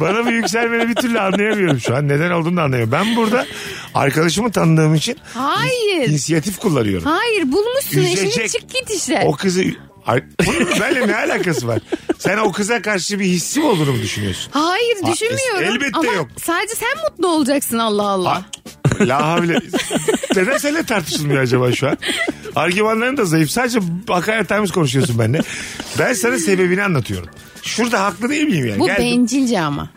bana bu yükselmeni bir türlü anlayamıyorum şu an. Neden olduğunu da anlayamıyorum. Ben burada arkadaşımı tanıdığım için Hayır. inisiyatif kullanıyorum. Hayır bulmuşsun eşini Üzecek. çık git işte. O kızı... Ay, bunun benimle ne alakası var? Sen o kıza karşı bir hissim olduğunu mu düşünüyorsun? Hayır düşünmüyorum. elbette Ama yok. sadece sen mutlu olacaksın Allah Allah. La havle. Neden seninle tartışılmıyor acaba şu an? Argümanların da zayıf. Sadece hakaret times konuşuyorsun benimle. Ben sana sebebini anlatıyorum. Şurada haklı değil miyim yani? Bu Geldim. bencilce ama.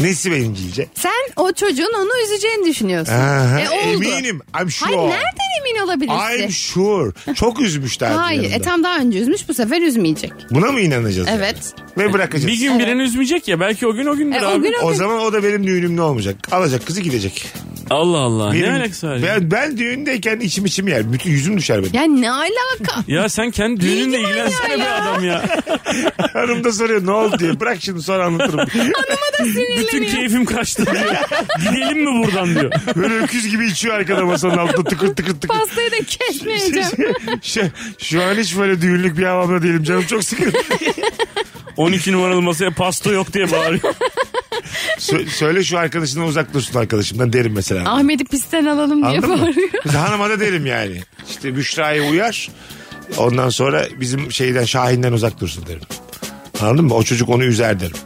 Nesi bencilce? Sen o çocuğun onu üzeceğini düşünüyorsun. Aha, e oldu. Eminim. I'm Hayır sure. nereden emin olabilirsin? I'm sure. Çok üzmüşler. Hayır. E tam daha önce üzmüş bu sefer üzmeyecek. Buna mı inanacağız? yani? Evet. Ve bırakacağız. Bir gün birini üzmeyecek ya belki o gün o gündür E, abi. o gün o O gün. zaman o da benim düğünümde olmayacak. Alacak kızı gidecek. Allah Allah Benim- ne alakası var ya? ben, ben düğündeyken içim içim yer. Bütün yüzüm düşer benim. Ya ne alaka? Ya sen kendi düğününle Bilgi var ya ilgilensene be ya. adam ya. Hanım da soruyor ne oldu diye. Bırak şimdi sonra anlatırım. Bütün keyfim kaçtı diyor. Gidelim mi buradan diyor. Böyle öküz gibi içiyor arkada masanın altında tıkır tıkır tıkır. Pastayı da kesmeyeceğim. Şey- şu, şu an hiç böyle düğünlük bir havamda değilim. Canım çok sıkıntı. 12 numaralı masaya pasta yok diye bağırıyor. Sö- söyle şu arkadaşından uzak dursun arkadaşımdan derim mesela. Ahmet'i pisten alalım diye Anladın mı? bağırıyor. Mesela hanıma da derim yani. İşte Büşra'ya uyar. Ondan sonra bizim şeyden Şahin'den uzak dursun derim. Anladın mı? O çocuk onu üzer derim.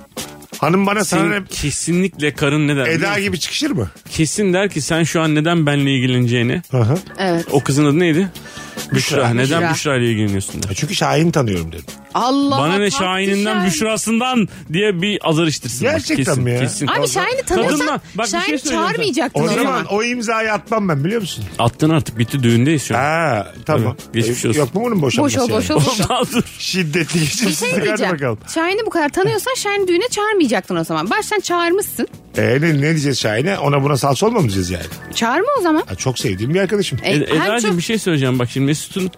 Hanım bana sana Sen ne- kesinlikle karın ne der? biliyor Eda musun? gibi çıkışır mı? Kesin der ki sen şu an neden benle ilgileneceğini. Hı hı. Evet. O kızın adı neydi? Büşra. Büşra. Neden Büşra ile ilgileniyorsun der. Çünkü Şahin'i tanıyorum dedim. Allah Bana ne tatlı Şahin'inden Şahin. Büşra'sından diye bir azar iştirsin. bak. Gerçekten kesin, mi ya? Kesin. Abi Şahin'i tanıyorsan Kadınla- Bak bir şey Şahin'i söyleyeceğim sana. çağırmayacaktın O zaman, zaman. o imzayı atmam ben biliyor musun? Attın artık bitti düğündeyiz şu an. Ha tamam. E, Evet, geçmiş olsun. Yok mu bunun boşanması? Boş ol yani? boş ol. boş ol. Daha dur. Şiddetli Bir geçimsizlik. şey Hadi diyeceğim. bakalım. Şahin'i bu kadar tanıyorsan Şahin'i düğüne çağırmayacaktın o zaman. Baştan çağırmışsın. Ee, ne, ne diyeceğiz Şahin'e? Ona buna salça olma mı diyeceğiz yani? Çağırma o zaman. Ha, çok sevdiğim bir arkadaşım. E, E, hem Eda'cığım çok- bir şey söyleyeceğim bak şimdi Mesut'un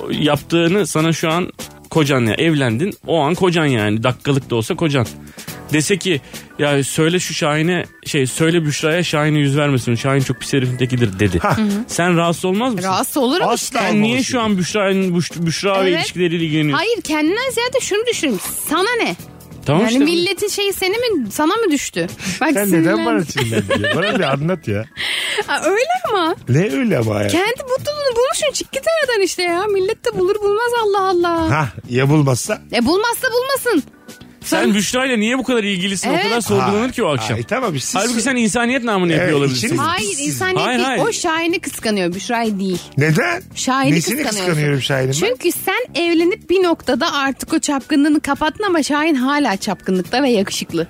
o yaptığını sana şu an kocan ya evlendin o an kocan yani dakikalık da olsa kocan. Dese ki ya söyle şu Şahin'e şey söyle Büşra'ya Şahin'e yüz vermesin Şahin çok pis herifin tekidir dedi. Sen rahatsız olmaz mısın? Rahatsız olurum. Asla Sen olmaması. niye şu an Büşra'nın Büş- Büşra ve Evet. ilişkileriyle ilgileniyorsun? Hayır kendinden ziyade şunu düşünün. Sana ne? Tamam Yani işte. milletin şeyi seni mi sana mı düştü? Bak Sen sinirlendim. neden bana sinirlendin? ya? bana bir anlat ya. Ha, öyle ama. Ne öyle ama ya? Kendi mutluluğunu bulmuşsun çık git aradan işte ya. Millet de bulur bulmaz Allah Allah. Ha ya bulmazsa? E bulmazsa bulmasın. Sen Büşra ile niye bu kadar ilgilisin Evet. o kadar sorgulanır ki o akşam. Ay, e, tamam siz... Halbuki sen insaniyet namına yapıyor Evet, olabilirsin. içiniz- Hayır Siz- insan Hayır, değil. hayır. O Şahin'i kıskanıyor. Büşra'yı değil. Neden? Şahin'i Nesini kıskanıyorsun. kıskanıyorum Şahin'i ben? Çünkü sen evlenip bir noktada artık o çapkınlığını kapattın ama Şahin hala çapkınlıkta ve yakışıklı.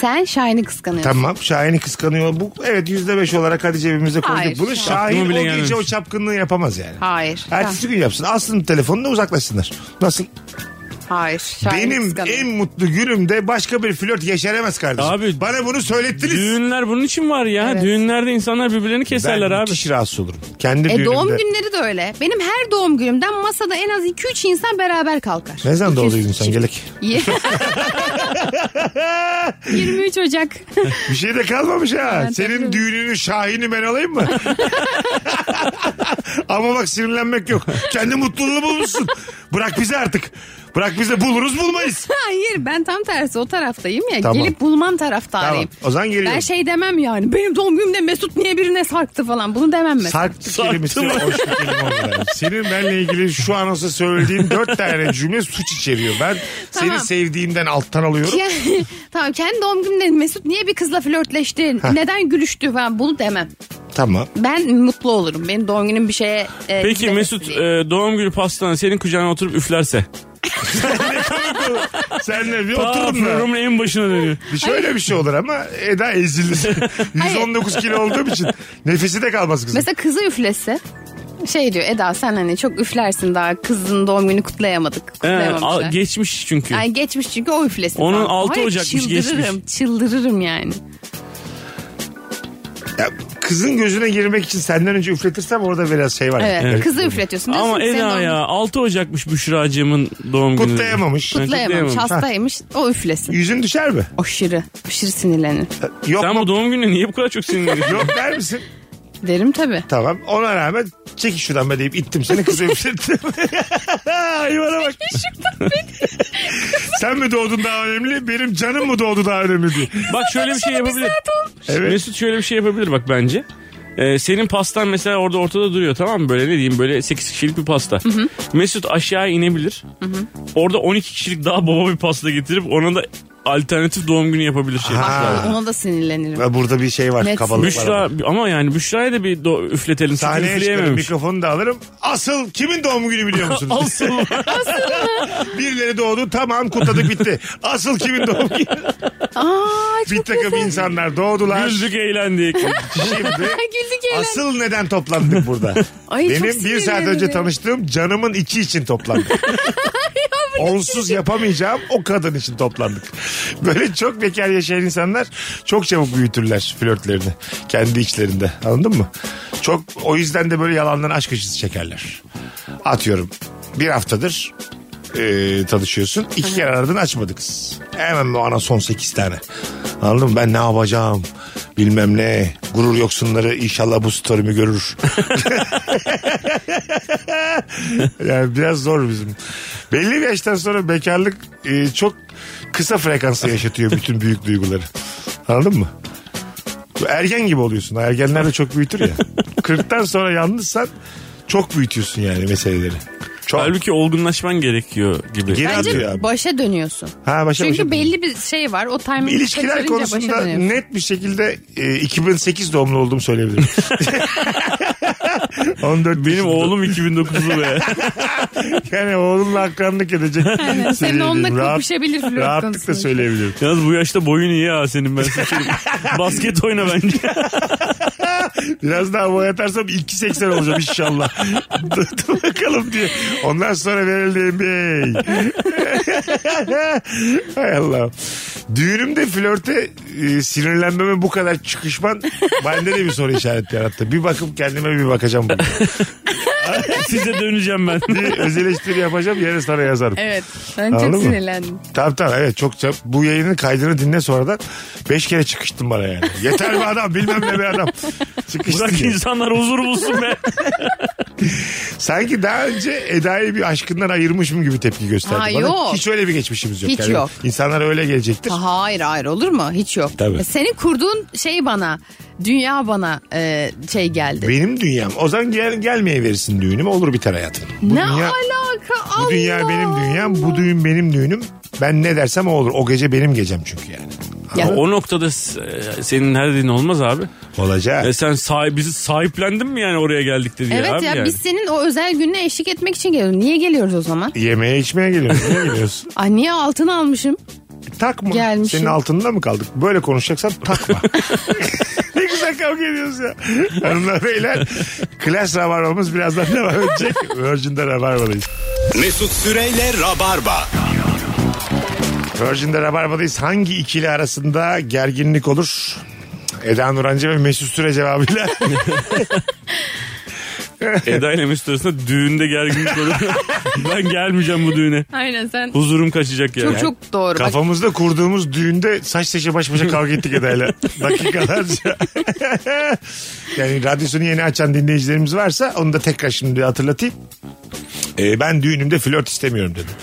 Sen Şahin'i kıskanıyorsun. Tamam Şahin'i kıskanıyor. Bu, evet yüzde beş olarak hadi cebimize koyduk. Hayır, Bunu Şahin. Şahin o Aklıma bile gece gelmemiş. o çapkınlığı yapamaz yani. Hayır. Ertesi gün yapsın. Aslında telefonla uzaklaşsınlar. Nasıl? Hayır. Şahin'i Benim kıskanıyor. en mutlu günümde başka bir flört yeşeremez kardeşim. Abi- Bana bunu söylettiniz. Düğünler bunun için var ya. Evet. Düğünlerde insanlar birbirlerini keserler ben abi. müthiş rahatsız olurum. Kendi E düğünümde. doğum günleri de öyle. Benim her doğum günümden masada en az 2-3 insan beraber kalkar. Ne zaman İki yüz- doğduydun sen gelek? Ye- 23 Ocak. Bir şey de kalmamış ha. Evet, Senin tabii. düğününün şahini ben alayım mı? Ama bak sinirlenmek yok. Kendi mutluluğunu bulmuşsun. Bırak bizi artık. Bırak bizi buluruz bulmayız. Hayır ben tam tersi o taraftayım ya. Tamam. Gelip tamam. bulmam taraftarıyım. O zaman geliyorum. Ben şey demem yani. Benim doğum günümde Mesut niye birine sarktı falan. Bunu demem mesela. Sarktı Sarktı kelimesi mı? hoş bir kelime oldu. yani. Senin benle ilgili şu an olsa söylediğin dört tane cümle suç içeriyor. Ben seni Tamam. Şey- sevdiğimden alttan alıyorum. Ke- tamam kendi doğum gününde Mesut niye bir kızla flörtleştin? Neden gülüştü falan bunu demem. Tamam. Ben mutlu olurum. Benim doğum günüm bir şeye... e, Peki gitmemesi Mesut diye. e, doğum günü pastanı senin kucağına oturup üflerse. Senle bir Aa, otururum da. programın en başına dönüyor. Bir şöyle bir şey olur ama Eda ezilir. 119 kilo olduğum için nefesi de kalmaz kızım. Mesela kızı üflese şey diyor Eda sen hani çok üflersin daha kızın doğum günü kutlayamadık. He, Kutlayamamışlar. al- geçmiş çünkü. Ay geçmiş çünkü o üflesin. Onun falan. altı Hayır, Ocak'mış, çıldırırım, Çıldırırım yani. Ya kızın gözüne girmek için senden önce üfletirsem orada biraz şey var. Evet, Evet. kızı üfletiyorsun. Diyorsun Ama ki senin Eda doğum ya 6 Ocak'mış Büşra'cığımın doğum günü. Kutlayamamış. Ha, Kutlayamamış hastaymış o üflesin. Yüzün düşer mi? Aşırı aşırı sinirlenir. Yok Sen mu? bu doğum gününe niye bu kadar çok sinirleniyorsun? Yok der misin? Derim tabii. Tamam. Ona rağmen çekin şuradan be deyip ittim seni kızı üflettim. Hayvana bak. Sen mi doğdun daha önemli? Benim canım mı doğdu daha önemli diye. Bak şöyle bir şey yapabilir. Evet. Mesut şöyle bir şey yapabilir bak bence. Ee, senin pastan mesela orada ortada duruyor tamam mı? Böyle ne diyeyim böyle 8 kişilik bir pasta. Mesut aşağı inebilir. Orada 12 kişilik daha baba bir pasta getirip ona da alternatif doğum günü yapabilir şey. Ha. Ona da sinirlenirim. Ve Burada bir şey var Net. kabalık var. Büşra ama. ama yani Büşra'ya da bir do- üfletelim. Çünkü Sahneye çıkarım üfleyememiş. mikrofonu da alırım. Asıl kimin doğum günü biliyor musunuz? Asıl. Birileri doğdu tamam kutladık bitti. Asıl kimin doğum günü? Aa bir çok takım güzel. insanlar doğdular. Güldük eğlendik. Şimdi Güldük eğlen. asıl neden toplandık burada? Ay, çok Benim bir saat sinirlendim. önce tanıştığım canımın içi için toplandık. Onsuz yapamayacağım o kadın için toplandık. Böyle çok bekar yaşayan insanlar çok çabuk büyütürler flörtlerini. Kendi içlerinde anladın mı? Çok o yüzden de böyle yalandan aşk acısı çekerler. Atıyorum bir haftadır e, tanışıyorsun. İki kere aradın açmadı kız. Hemen bana son sekiz tane. Anladın mı? Ben ne yapacağım? Bilmem ne. Gurur yoksunları inşallah bu story'mi görür. yani biraz zor bizim. Belli bir yaştan sonra bekarlık e, çok kısa frekansa yaşatıyor bütün büyük duyguları. Anladın mı? Ergen gibi oluyorsun. Ergenler de çok büyütür ya. 40'tan sonra yalnızsan çok büyütüyorsun yani meseleleri. Çok. Halbuki olgunlaşman gerekiyor gibi. Geri atıyor abi. Bence başa dönüyorsun. Ha, başa Çünkü başa- belli bir şey var. O timing'i İlişkiler kaçırınca başa konusunda dönüyorsun. net bir şekilde e, 2008 doğumlu olduğumu söyleyebilirim. 14 Benim oğlum 2009'lu be. yani oğlumla akranlık edecek. Aynen. Senin Söyleyebilirim. onunla Rahat- kapışabilir flört Rahatlıkla konusunda. söyleyebilirim. Yalnız bu yaşta boyun iyi ha senin ben seçerim. Basket oyna bence. Biraz daha boy atarsam 2.80 olacağım inşallah. dur, dur bakalım diye. Ondan sonra verildi bey. Hay Allah. Düğünümde flörte e, sinirlenmeme bu kadar çıkışman bende de bir soru işareti yarattı. Bir bakıp kendime bir bakacağım. bugün. Size döneceğim ben. Bir öz eleştiri yapacağım yarın sana yazarım. Evet. Ben Anladın mı? çok sinirlendim. Tamam tamam evet çok çok. Bu yayının kaydını dinle sonradan. Beş kere çıkıştın bana yani. Yeter be adam bilmem ne be adam. Çıkıştın. Bırak yani. insanlar huzur bulsun be. Sanki daha önce Eda'yı bir aşkından ayırmışım gibi tepki gösterdi. Ha, bana. yok. Hiç öyle bir geçmişimiz yok. Hiç yok. İnsanlar öyle gelecektir. Ha, Hayır hayır olur mu? Hiç yok. Tabii. E, Senin kurduğun şey bana, dünya bana e, şey geldi. Benim dünyam. O zaman gel, gelmeye verirsin düğünümü olur biter hayatım. Bu ne dünya- alaka Allah Bu dünya benim dünyam, bu düğün benim düğünüm. Ben ne dersem o olur. O gece benim gecem çünkü yani. Ya, O noktada s- e, senin her dediğin olmaz abi. Olacak. E sen sahi- bizi sahiplendin mi yani oraya geldik diye evet abi ya yani. biz senin o özel gününe eşlik etmek için geliyoruz. Niye geliyoruz o zaman? Yemeğe içmeye geliyoruz. Niye geliyorsun? Ay niye altın almışım? takma. Gelmişim. Senin altında mı kaldık? Böyle konuşacaksan takma. ne güzel kavga ediyoruz ya. Hanımlar beyler. Klas Rabarba'mız birazdan devam edecek. Virgin'de Rabarba'dayız. Mesut Süreyle Rabarba. Virgin'de Rabarba'dayız. Hangi ikili arasında gerginlik olur? Eda Nurancı ve Mesut Süre cevabıyla. Eda ile Mesut arasında düğünde gerginlik olur. ben gelmeyeceğim bu düğüne. Aynen sen. Huzurum kaçacak yani. Çok çok doğru. Bak, Kafamızda kurduğumuz düğünde saç saça baş başa kavga ettik Eda'yla. Dakikalarca. yani radyosunu yeni açan dinleyicilerimiz varsa onu da tekrar şimdi hatırlatayım. Ee, ben düğünümde flört istemiyorum dedim.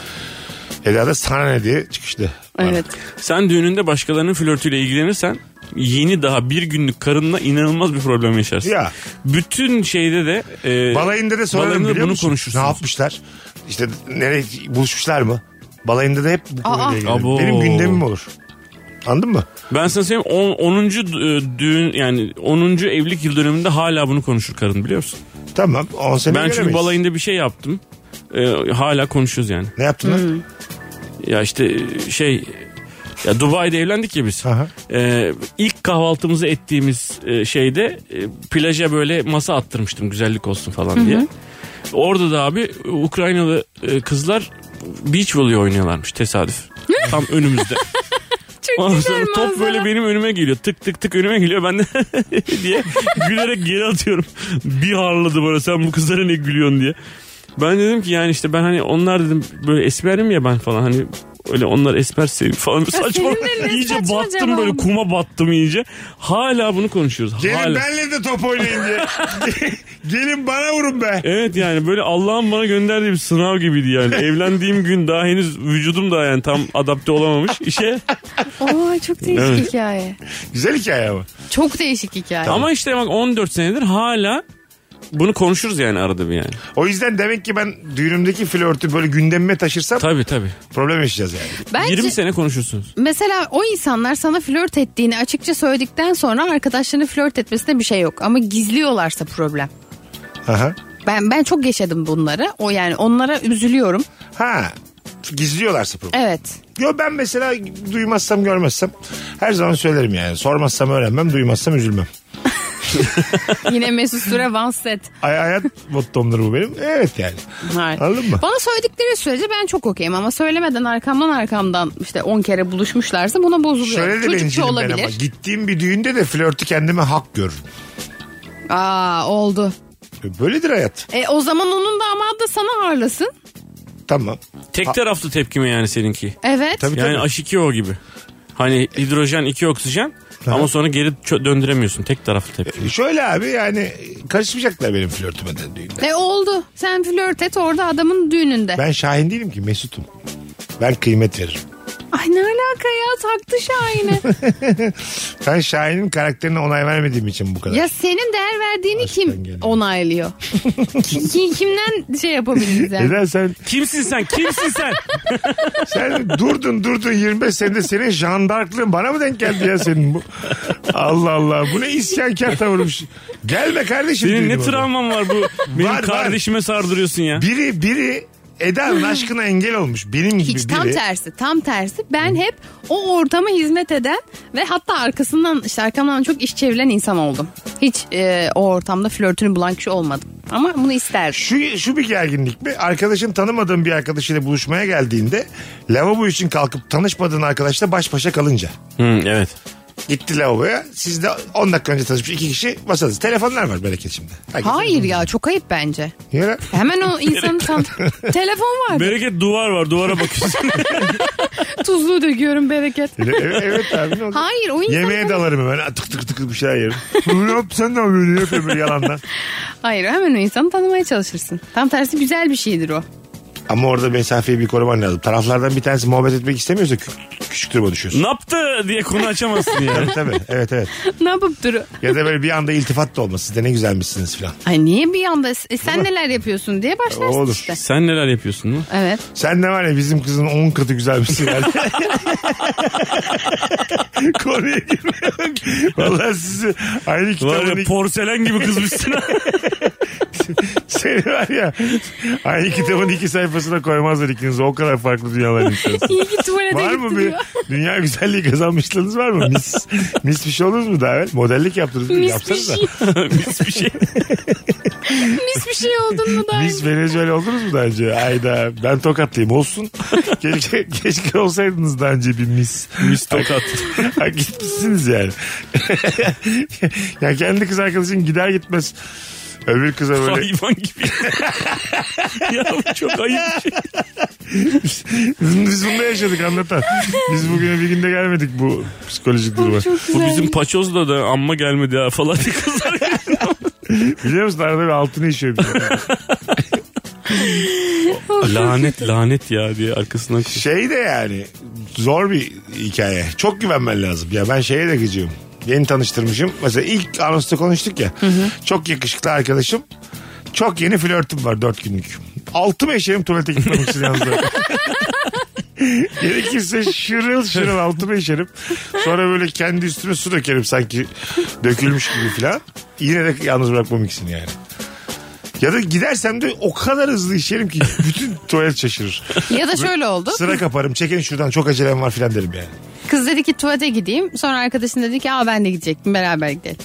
Eda da sana ne diye çıkıştı. evet. Sen düğününde başkalarının flörtüyle ilgilenirsen yeni daha bir günlük karınla inanılmaz bir problem yaşarsın. Ya. Bütün şeyde de e, Balayında da sorarım balayında da biliyor bunu musun? konuşursunuz. Ne yapmışlar? İşte nereye buluşmuşlar mı? Balayında da hep bu Aa. konuyla ilgili. Abo. Benim gündemim olur. Anladın mı? Ben sana söyleyeyim 10. düğün yani 10. evlilik yıl dönümünde hala bunu konuşur karın biliyor musun? Tamam. 10 sene ben çünkü göremeyiz. balayında bir şey yaptım. E, hala konuşuyoruz yani. Ne yaptın Hmm. lan? Ya işte e, şey ya Dubai'de evlendik ya biz. Aha. Ee, ilk kahvaltımızı ettiğimiz e, şeyde e, plaja böyle masa attırmıştım güzellik olsun falan diye. Orada da abi e, Ukraynalı e, kızlar beach volley oynuyorlarmış tesadüf. Tam önümüzde. Çok Ondan güzel sonra top manzara. böyle benim önüme geliyor. Tık tık tık önüme geliyor. Ben de diye gülerek geri atıyorum. Bir harladı bana sen bu kızlara ne gülüyorsun diye. Ben dedim ki yani işte ben hani onlar dedim böyle esmerim ya ben falan hani öyle onlar esmer sevim falan saçma. senin de ne iyice saçma battım cevabın. böyle kuma battım iyice. Hala bunu konuşuyoruz. Gelin Hala. benle de top oynayın diye. Gelin bana vurun be. Evet yani böyle Allah'ın bana gönderdiği bir sınav gibiydi yani. Evlendiğim gün daha henüz vücudum da yani tam adapte olamamış işe. Oo, çok değişik Evet. hikaye. Güzel hikaye ama. Çok değişik hikaye. Ama işte bak 14 senedir hala bunu konuşuruz yani arada bir yani. O yüzden demek ki ben düğünümdeki flörtü böyle gündemime taşırsam Tabii tabii. problem yaşayacağız yani. Bence 20 sene konuşursunuz. mesela o insanlar sana flört ettiğini açıkça söyledikten sonra arkadaşlarını flört etmesine bir şey yok. Ama gizliyorlarsa problem. Aha. Ben ben çok yaşadım bunları. O yani onlara üzülüyorum. Ha. Gizliyorlarsa problem. Evet. Yo ben mesela duymazsam görmezsem her zaman söylerim yani. Sormazsam öğrenmem, duymazsam üzülmem. Yine Mesut Süre vanset. Ay, hayat mottomdur bu benim. Evet yani. Hayır. Anladın mı? Bana söyledikleri sürece ben çok okeyim ama söylemeden arkamdan arkamdan işte 10 kere buluşmuşlarsa buna bozuluyor. Şöyle de Çocukça bencilim ben olabilir. ama. Gittiğim bir düğünde de flörtü kendime hak görürüm. Aa oldu. Böyledir hayat. E o zaman onun damadı da sana harlasın. Tamam. Tek taraflı tepki mi yani seninki? Evet. Tabii Yani tabii. H2O gibi. Hani hidrojen 2 oksijen ama sonra geri çö- döndüremiyorsun. Tek taraflı tepki. E, Şöyle abi yani karışmayacaklar benim flörtüme de düğünde. E oldu. Sen flört et orada adamın düğününde. Ben Şahin değilim ki Mesut'um. Ben kıymet veririm. Ay ne alaka ya taktı Şahin'i. Ben Şahin'in karakterine onay vermediğim için bu kadar. ya senin değer verdiğini kim geliyor. onaylıyor? Kim, kimden şey yapabiliriz yani? Neden sen, E, Kimsin sen? Kimsin sen? sen durdun durdun 25 senede senin jandarklığın bana mı denk geldi ya senin bu? Allah Allah bu ne isyankar tavırmış. Gelme kardeşim. Senin ne düğünüme. travman var bu? Benim var. kardeşime sardırıyorsun ya. Biri biri Eda'nın aşkına engel olmuş. Benim gibi Hiç biri. tam tersi tam tersi ben hep o ortama hizmet eden ve hatta arkasından işte arkamdan çok iş çevrilen insan oldum. Hiç e, o ortamda flörtünü bulan kişi olmadım ama bunu isterdim. Şu, şu bir gerginlik mi? Arkadaşın tanımadığın bir arkadaşıyla buluşmaya geldiğinde lavabo için kalkıp tanışmadığın arkadaşla baş başa kalınca. Hı, evet. Gitti lavaboya. Siz de 10 dakika önce tanışmış iki kişi masadasınız. Telefonlar var bereket şimdi. Herkes- Hayır ya çok ayıp bence. Niye lan? Hemen o insanın tam... telefon var. Bereket duvar var duvara bakıyorsun. Tuzlu döküyorum bereket. E- Evet, evet abi ne oldu? Hayır o insan... Yemeğe dalarım hemen. Tık tık tık bir şeyler yerim. Ne yap sen ne yapıyorsun? Ne yapıyorsun böyle yalandan? Hayır hemen o insanı tanımaya çalışırsın. Tam tersi güzel bir şeydir o. Ama orada mesafeyi bir koruman lazım. Taraflardan bir tanesi muhabbet etmek istemiyorsa kü küçük duruma düşüyorsun. ne yaptı diye konu açamazsın ya. Tabii tabii. Evet evet. ne yapıp duru? Ya da böyle bir anda iltifat da olması. Siz de ne güzelmişsiniz falan. Ay niye bir anda e, sen neler yapıyorsun diye başlarsın Olur. işte. Sen neler yapıyorsun lan? Evet. Sen de var ya bizim kızın 10 katı güzelmişsin yani. Konuya girmiyor. Valla sizi aynı Var kitabın ya porselen gibi kızmışsın. Seni var ya aynı kitabın iki sayfasına koymazlar ikinizi. O kadar farklı dünyalar insansınız. İyi ki tuvalete var mı gittim bir ya. dünya güzelliği kazanmışlığınız var mı? Mis, mis bir şey oldunuz mu daha evvel? Modellik yaptınız mı? Mis bir Yapsanız da. şey. Biz bir şey. Mis bir şey oldun mu daha? Mis Venezuela oldunuz mu daha önce? Ayda ben tokatlıyım olsun. Keşke, keşke olsaydınız daha önce bir mis. Mis tokat. Ha, Gitmişsiniz yani. ya kendi kız arkadaşın gider gitmez. Öbür kıza böyle Hayvan gibi. ya bu çok ayıp bir şey. biz bunu da yaşadık anlatan. Biz bugüne bir günde gelmedik bu psikolojik duruma. Çok Bu güzel. bizim paçozla da amma gelmedi ha falan diye kızlar. Biliyor musun arada bir altını işiyor bize. lanet lanet ya diye arkasından. Şey de yani zor bir hikaye. Çok güvenmen lazım. Ya ben şeye de gıcığım. Yeni tanıştırmışım. Mesela ilk anonsta konuştuk ya. Çok yakışıklı arkadaşım. Çok yeni flörtüm var dört günlük. Altım eşeğim tuvalete gitmek için yalnız. Gerekirse şırıl şırıl altıma işerim. Sonra böyle kendi üstüme su dökerim sanki dökülmüş gibi filan. Yine de yalnız bırakmam ikisini yani. Ya da gidersem de o kadar hızlı işerim ki bütün tuvalet şaşırır. Ya da şöyle oldu. Sıra kaparım çekin şuradan çok acelem var filan derim yani. Kız dedi ki tuvalete gideyim. Sonra arkadaşın dedi ki Aa, ben de gidecektim beraber gidelim.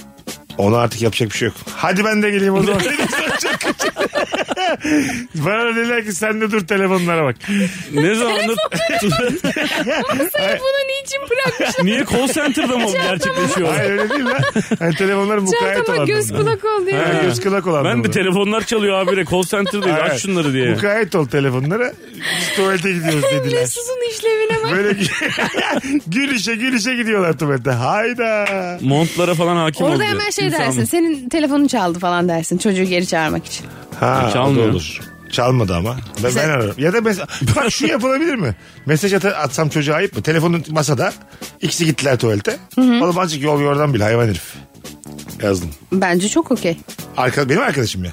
Ona artık yapacak bir şey yok. Hadi ben de geleyim o zaman. Bana da dediler ki sen de dur telefonlara bak. Ne zaman da Bunu niçin bırakmışlar? niye call center'da mı gerçekleşiyor? Hayır öyle değil lan. Hani telefonlar mukayyet Çantama olan. göz kulak oldu ya. göz kulak olan. Ben de telefonlar çalıyor abire call center'dayım Evet. aç şunları diye. Mukayyet ol telefonlara. Biz tuvalete gidiyoruz dediler. Mesut'un işlevine bak. Böyle gülüşe gülüşe gidiyorlar tuvalete. Hayda. Montlara falan hakim Orada oldu. hemen şey İnsan dersin. mı? Senin telefonun çaldı falan dersin. Çocuğu geri çağırmak için. Ha, o da Çalmıyor. olur. Çalmadı ama. Ben, ben ararım. Ya da mesela bak şu yapılabilir mi? Mesaj at- atsam çocuğa ayıp mı? Telefonun masada. İkisi gittiler tuvalete. Oğlum azıcık yol yordan bile hayvan herif. Yazdım. Bence çok okey. Arka, benim arkadaşım ya.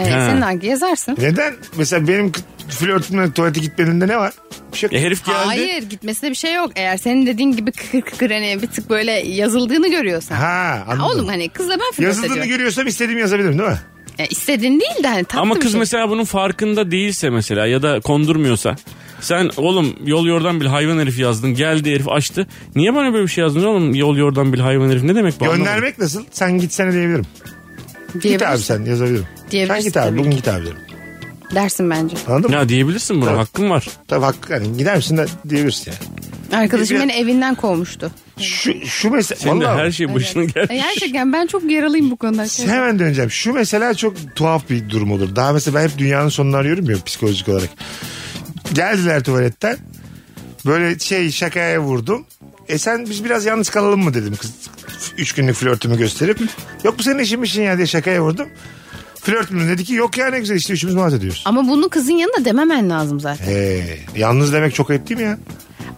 Ee, senin hangi yazarsın? Neden? Mesela benim k- flörtümle tuvalete gitmeninde ne var? Bir şey yok. E, herif geldi. Hayır gitmesine bir şey yok. Eğer senin dediğin gibi kıkır kıkır hani bir tık böyle yazıldığını görüyorsan. Ha, anladım. Oğlum hani kızla ben flört Yazıldığını ediyorum. görüyorsam istediğimi yazabilirim değil mi? E, istediğin değil de hani tatlı Ama bir kız şey. mesela bunun farkında değilse mesela ya da kondurmuyorsa. Sen oğlum yol yordan bil hayvan herif yazdın. Geldi herif açtı. Niye bana böyle bir şey yazdın oğlum yol yordan bil hayvan herif ne demek bu? anlamadım. Göndermek nasıl? Sen gitsene diyebilirim. Git abi Diyebilirsin. sen yazabilirim. Sen Diyebilirsin git abi tabii bugün ki. git abi derim. Dersin bence. Anladın mı? Ya diyebilirsin buna Tabii. hakkın var. Tabii hakkı hani gider misin de diyebilirsin yani. Arkadaşım Biraz- beni evinden kovmuştu. Şu, şu mesela... Senin de Vallahi her şey başına E, gelmiş. gerçekten ben çok yaralıyım bu konuda. Hemen döneceğim. Şu mesela çok tuhaf bir durum olur. Daha mesela ben hep dünyanın sonunu arıyorum ya psikolojik olarak. Geldiler tuvaletten. Böyle şey şakaya vurdum. E sen biz biraz yalnız kalalım mı dedim kız. Üç günlük flörtümü gösterip. Yok bu senin işin işin ya diye şakaya vurdum. Flörtümüz dedi ki yok ya ne güzel işte üçümüz muhabbet ediyoruz. Ama bunu kızın yanında dememen lazım zaten. Ee, yalnız demek çok ayıp değil mi ya?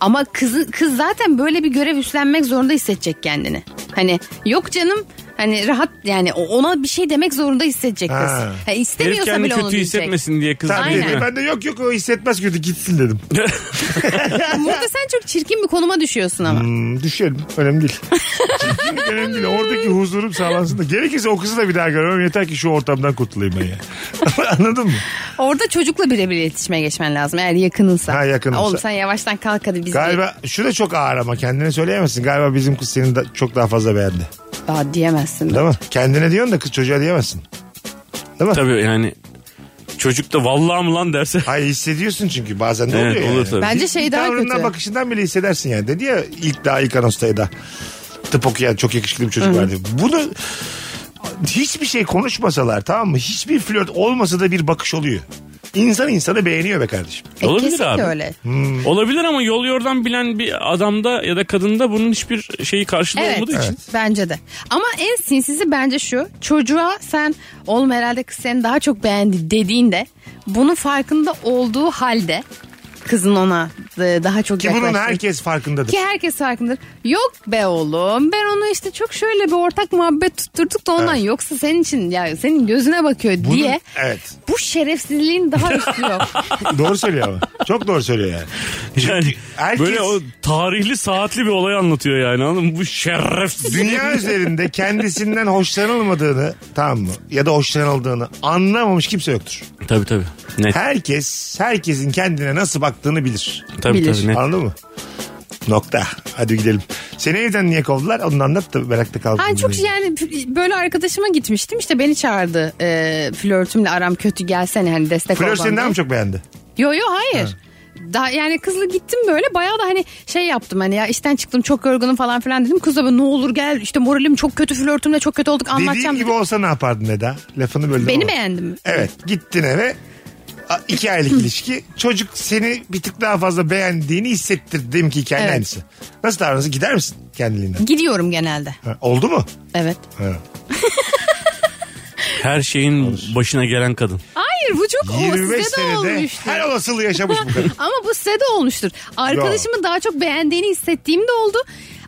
Ama kızı, kız zaten böyle bir görev üstlenmek zorunda hissedecek kendini. Hani yok canım hani rahat yani o- ona bir şey demek zorunda hissedecek kız. Ha. Ha, Herif istemiyorsa kendini bile kötü onu diyecek. hissetmesin diye kız. Tabii Aynen. dedi. Ben de yok yok o hissetmez kötü gitsin dedim. Burada sen çok çirkin bir konuma düşüyorsun ama. Hmm, düşerim. Önemli değil. Çirkinlik önemli değil. Oradaki huzurum sağlansın da. Gerekirse o kızı da bir daha görmem. Yeter ki şu ortamdan kurtulayım ben ya. Anladın mı? Orada çocukla birebir iletişime geçmen lazım eğer yakınınsa. Ha, yakınınsa. Oğlum sen yavaştan kalk hadi biz Galiba... Galiba şu da çok ağır ama kendine söyleyemezsin. Galiba bizim kız seni da, çok daha fazla beğendi. Aa, diyemezsin. Değil mi? Kendine diyorsun da kız çocuğa diyemezsin. Değil mi? Tabii yani çocuk da vallahi mı lan derse. Hayır hissediyorsun çünkü bazen de Evet, oluyor olur yani. tabii. Bence şey Bir daha tavrından, kötü. bakışından bile hissedersin yani. Dedi ya ilk daha ilk anonstaydı. Tıp okuyan çok yakışıklı bir çocuk vardı. Bunu hiçbir şey konuşmasalar tamam mı? Hiçbir flört olmasa da bir bakış oluyor. İnsan insanı beğeniyor be kardeşim. E, Olabilir kesinlikle abi. öyle. Olabilir ama yol yordan bilen bir adamda ya da kadında bunun hiçbir şeyi karşılığı Evet, olmadığı için. bence de. Ama en sinsisi bence şu. Çocuğa sen oğlum herhalde kız seni daha çok beğendi dediğinde bunun farkında olduğu halde kızın ona e, daha çok Ki bunun yaklaştığı- herkes farkındadır. Ki herkes farkındadır. Yok be oğlum ben onu işte çok şöyle bir ortak muhabbet tutturduk da ondan yoksa senin için ya senin gözüne bakıyor Bunun- diye Evet. bu şerefsizliğin daha üstü yok. doğru söylüyor ama. Çok doğru söylüyor yani. Yani herkes- böyle o tarihli saatli bir olay anlatıyor yani anladın mı? Bu şerefsiz. Dünya üzerinde kendisinden hoşlanılmadığını tamam mı? Ya da hoşlanıldığını anlamamış kimse yoktur. tabii tabii. Net. Herkes herkesin kendine nasıl baktığını bilir. Tabii Bilir. tabii net. Anladın mı? Nokta. Hadi gidelim. Seni evden niye kovdular? Onu anlat da merakta kaldım. Ha, çok yani f- böyle arkadaşıma gitmiştim işte beni çağırdı e, flörtümle aram kötü gelsene hani destek Flör olmam seni daha diye. mı çok beğendi? Yo yo hayır. Daha yani kızla gittim böyle bayağı da hani şey yaptım hani ya işten çıktım çok yorgunum falan filan dedim. Kız da böyle ne olur gel işte moralim çok kötü flörtümle çok kötü olduk Dediğin anlatacağım. gibi dedi. olsa ne yapardın Eda? Lafını böldüm Beni ama. beğendin mi? Evet. Gittin eve. A- iki aylık ilişki. Çocuk seni bir tık daha fazla beğendiğini hissettirdi. Dedim ki hikayenin Evet. aynısı. Nasıl davranırsın? Gider misin kendiliğinden? Gidiyorum genelde. Ha, oldu mu? Evet. Ha. Her şeyin başına gelen kadın. Hayır bu çok o 25 size de senede olmuştur. her olasılığı yaşamış bu kadın. Ama bu size de olmuştur. Arkadaşımı daha çok beğendiğini hissettiğim de oldu.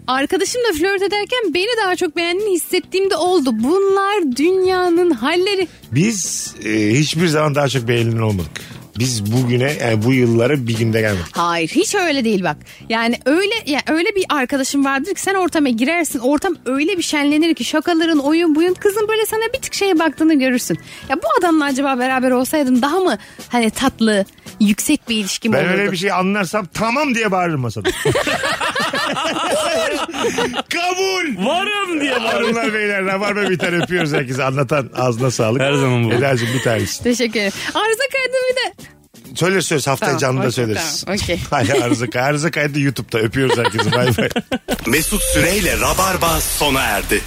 Arkadaşımla flört ederken beni daha çok beğendiğini hissettiğim de oldu. Bunlar dünyanın halleri. Biz e, hiçbir zaman daha çok beğenilen olmadık. Biz bugüne yani bu yıllara bir günde gelmedik. Hayır hiç öyle değil bak. Yani öyle ya öyle bir arkadaşım vardır ki sen ortama girersin. Ortam öyle bir şenlenir ki şakaların oyun buyun kızın böyle sana bir tık şeye baktığını görürsün. Ya bu adamla acaba beraber olsaydın daha mı hani tatlı yüksek bir ilişkim Ben olurdu? öyle bir şey anlarsam tamam diye bağırırım masada. Kabul. Varım diye varım. Hanımlar beyler rabarba biter öpüyoruz herkese anlatan ağzına sağlık. Her zaman bu. Eda'cığım bir tanesi. Teşekkür ederim. Arıza kaydı bir de. Söyleriz söyleriz haftaya Tamam, canlı da okey, söyleriz. tamam, okey. Hayır arıza, arıza kaydı YouTube'da öpüyoruz herkese bay bay. Mesut Süreyle Rabarba sona erdi.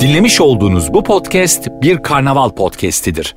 Dinlemiş olduğunuz bu podcast bir karnaval podcastidir.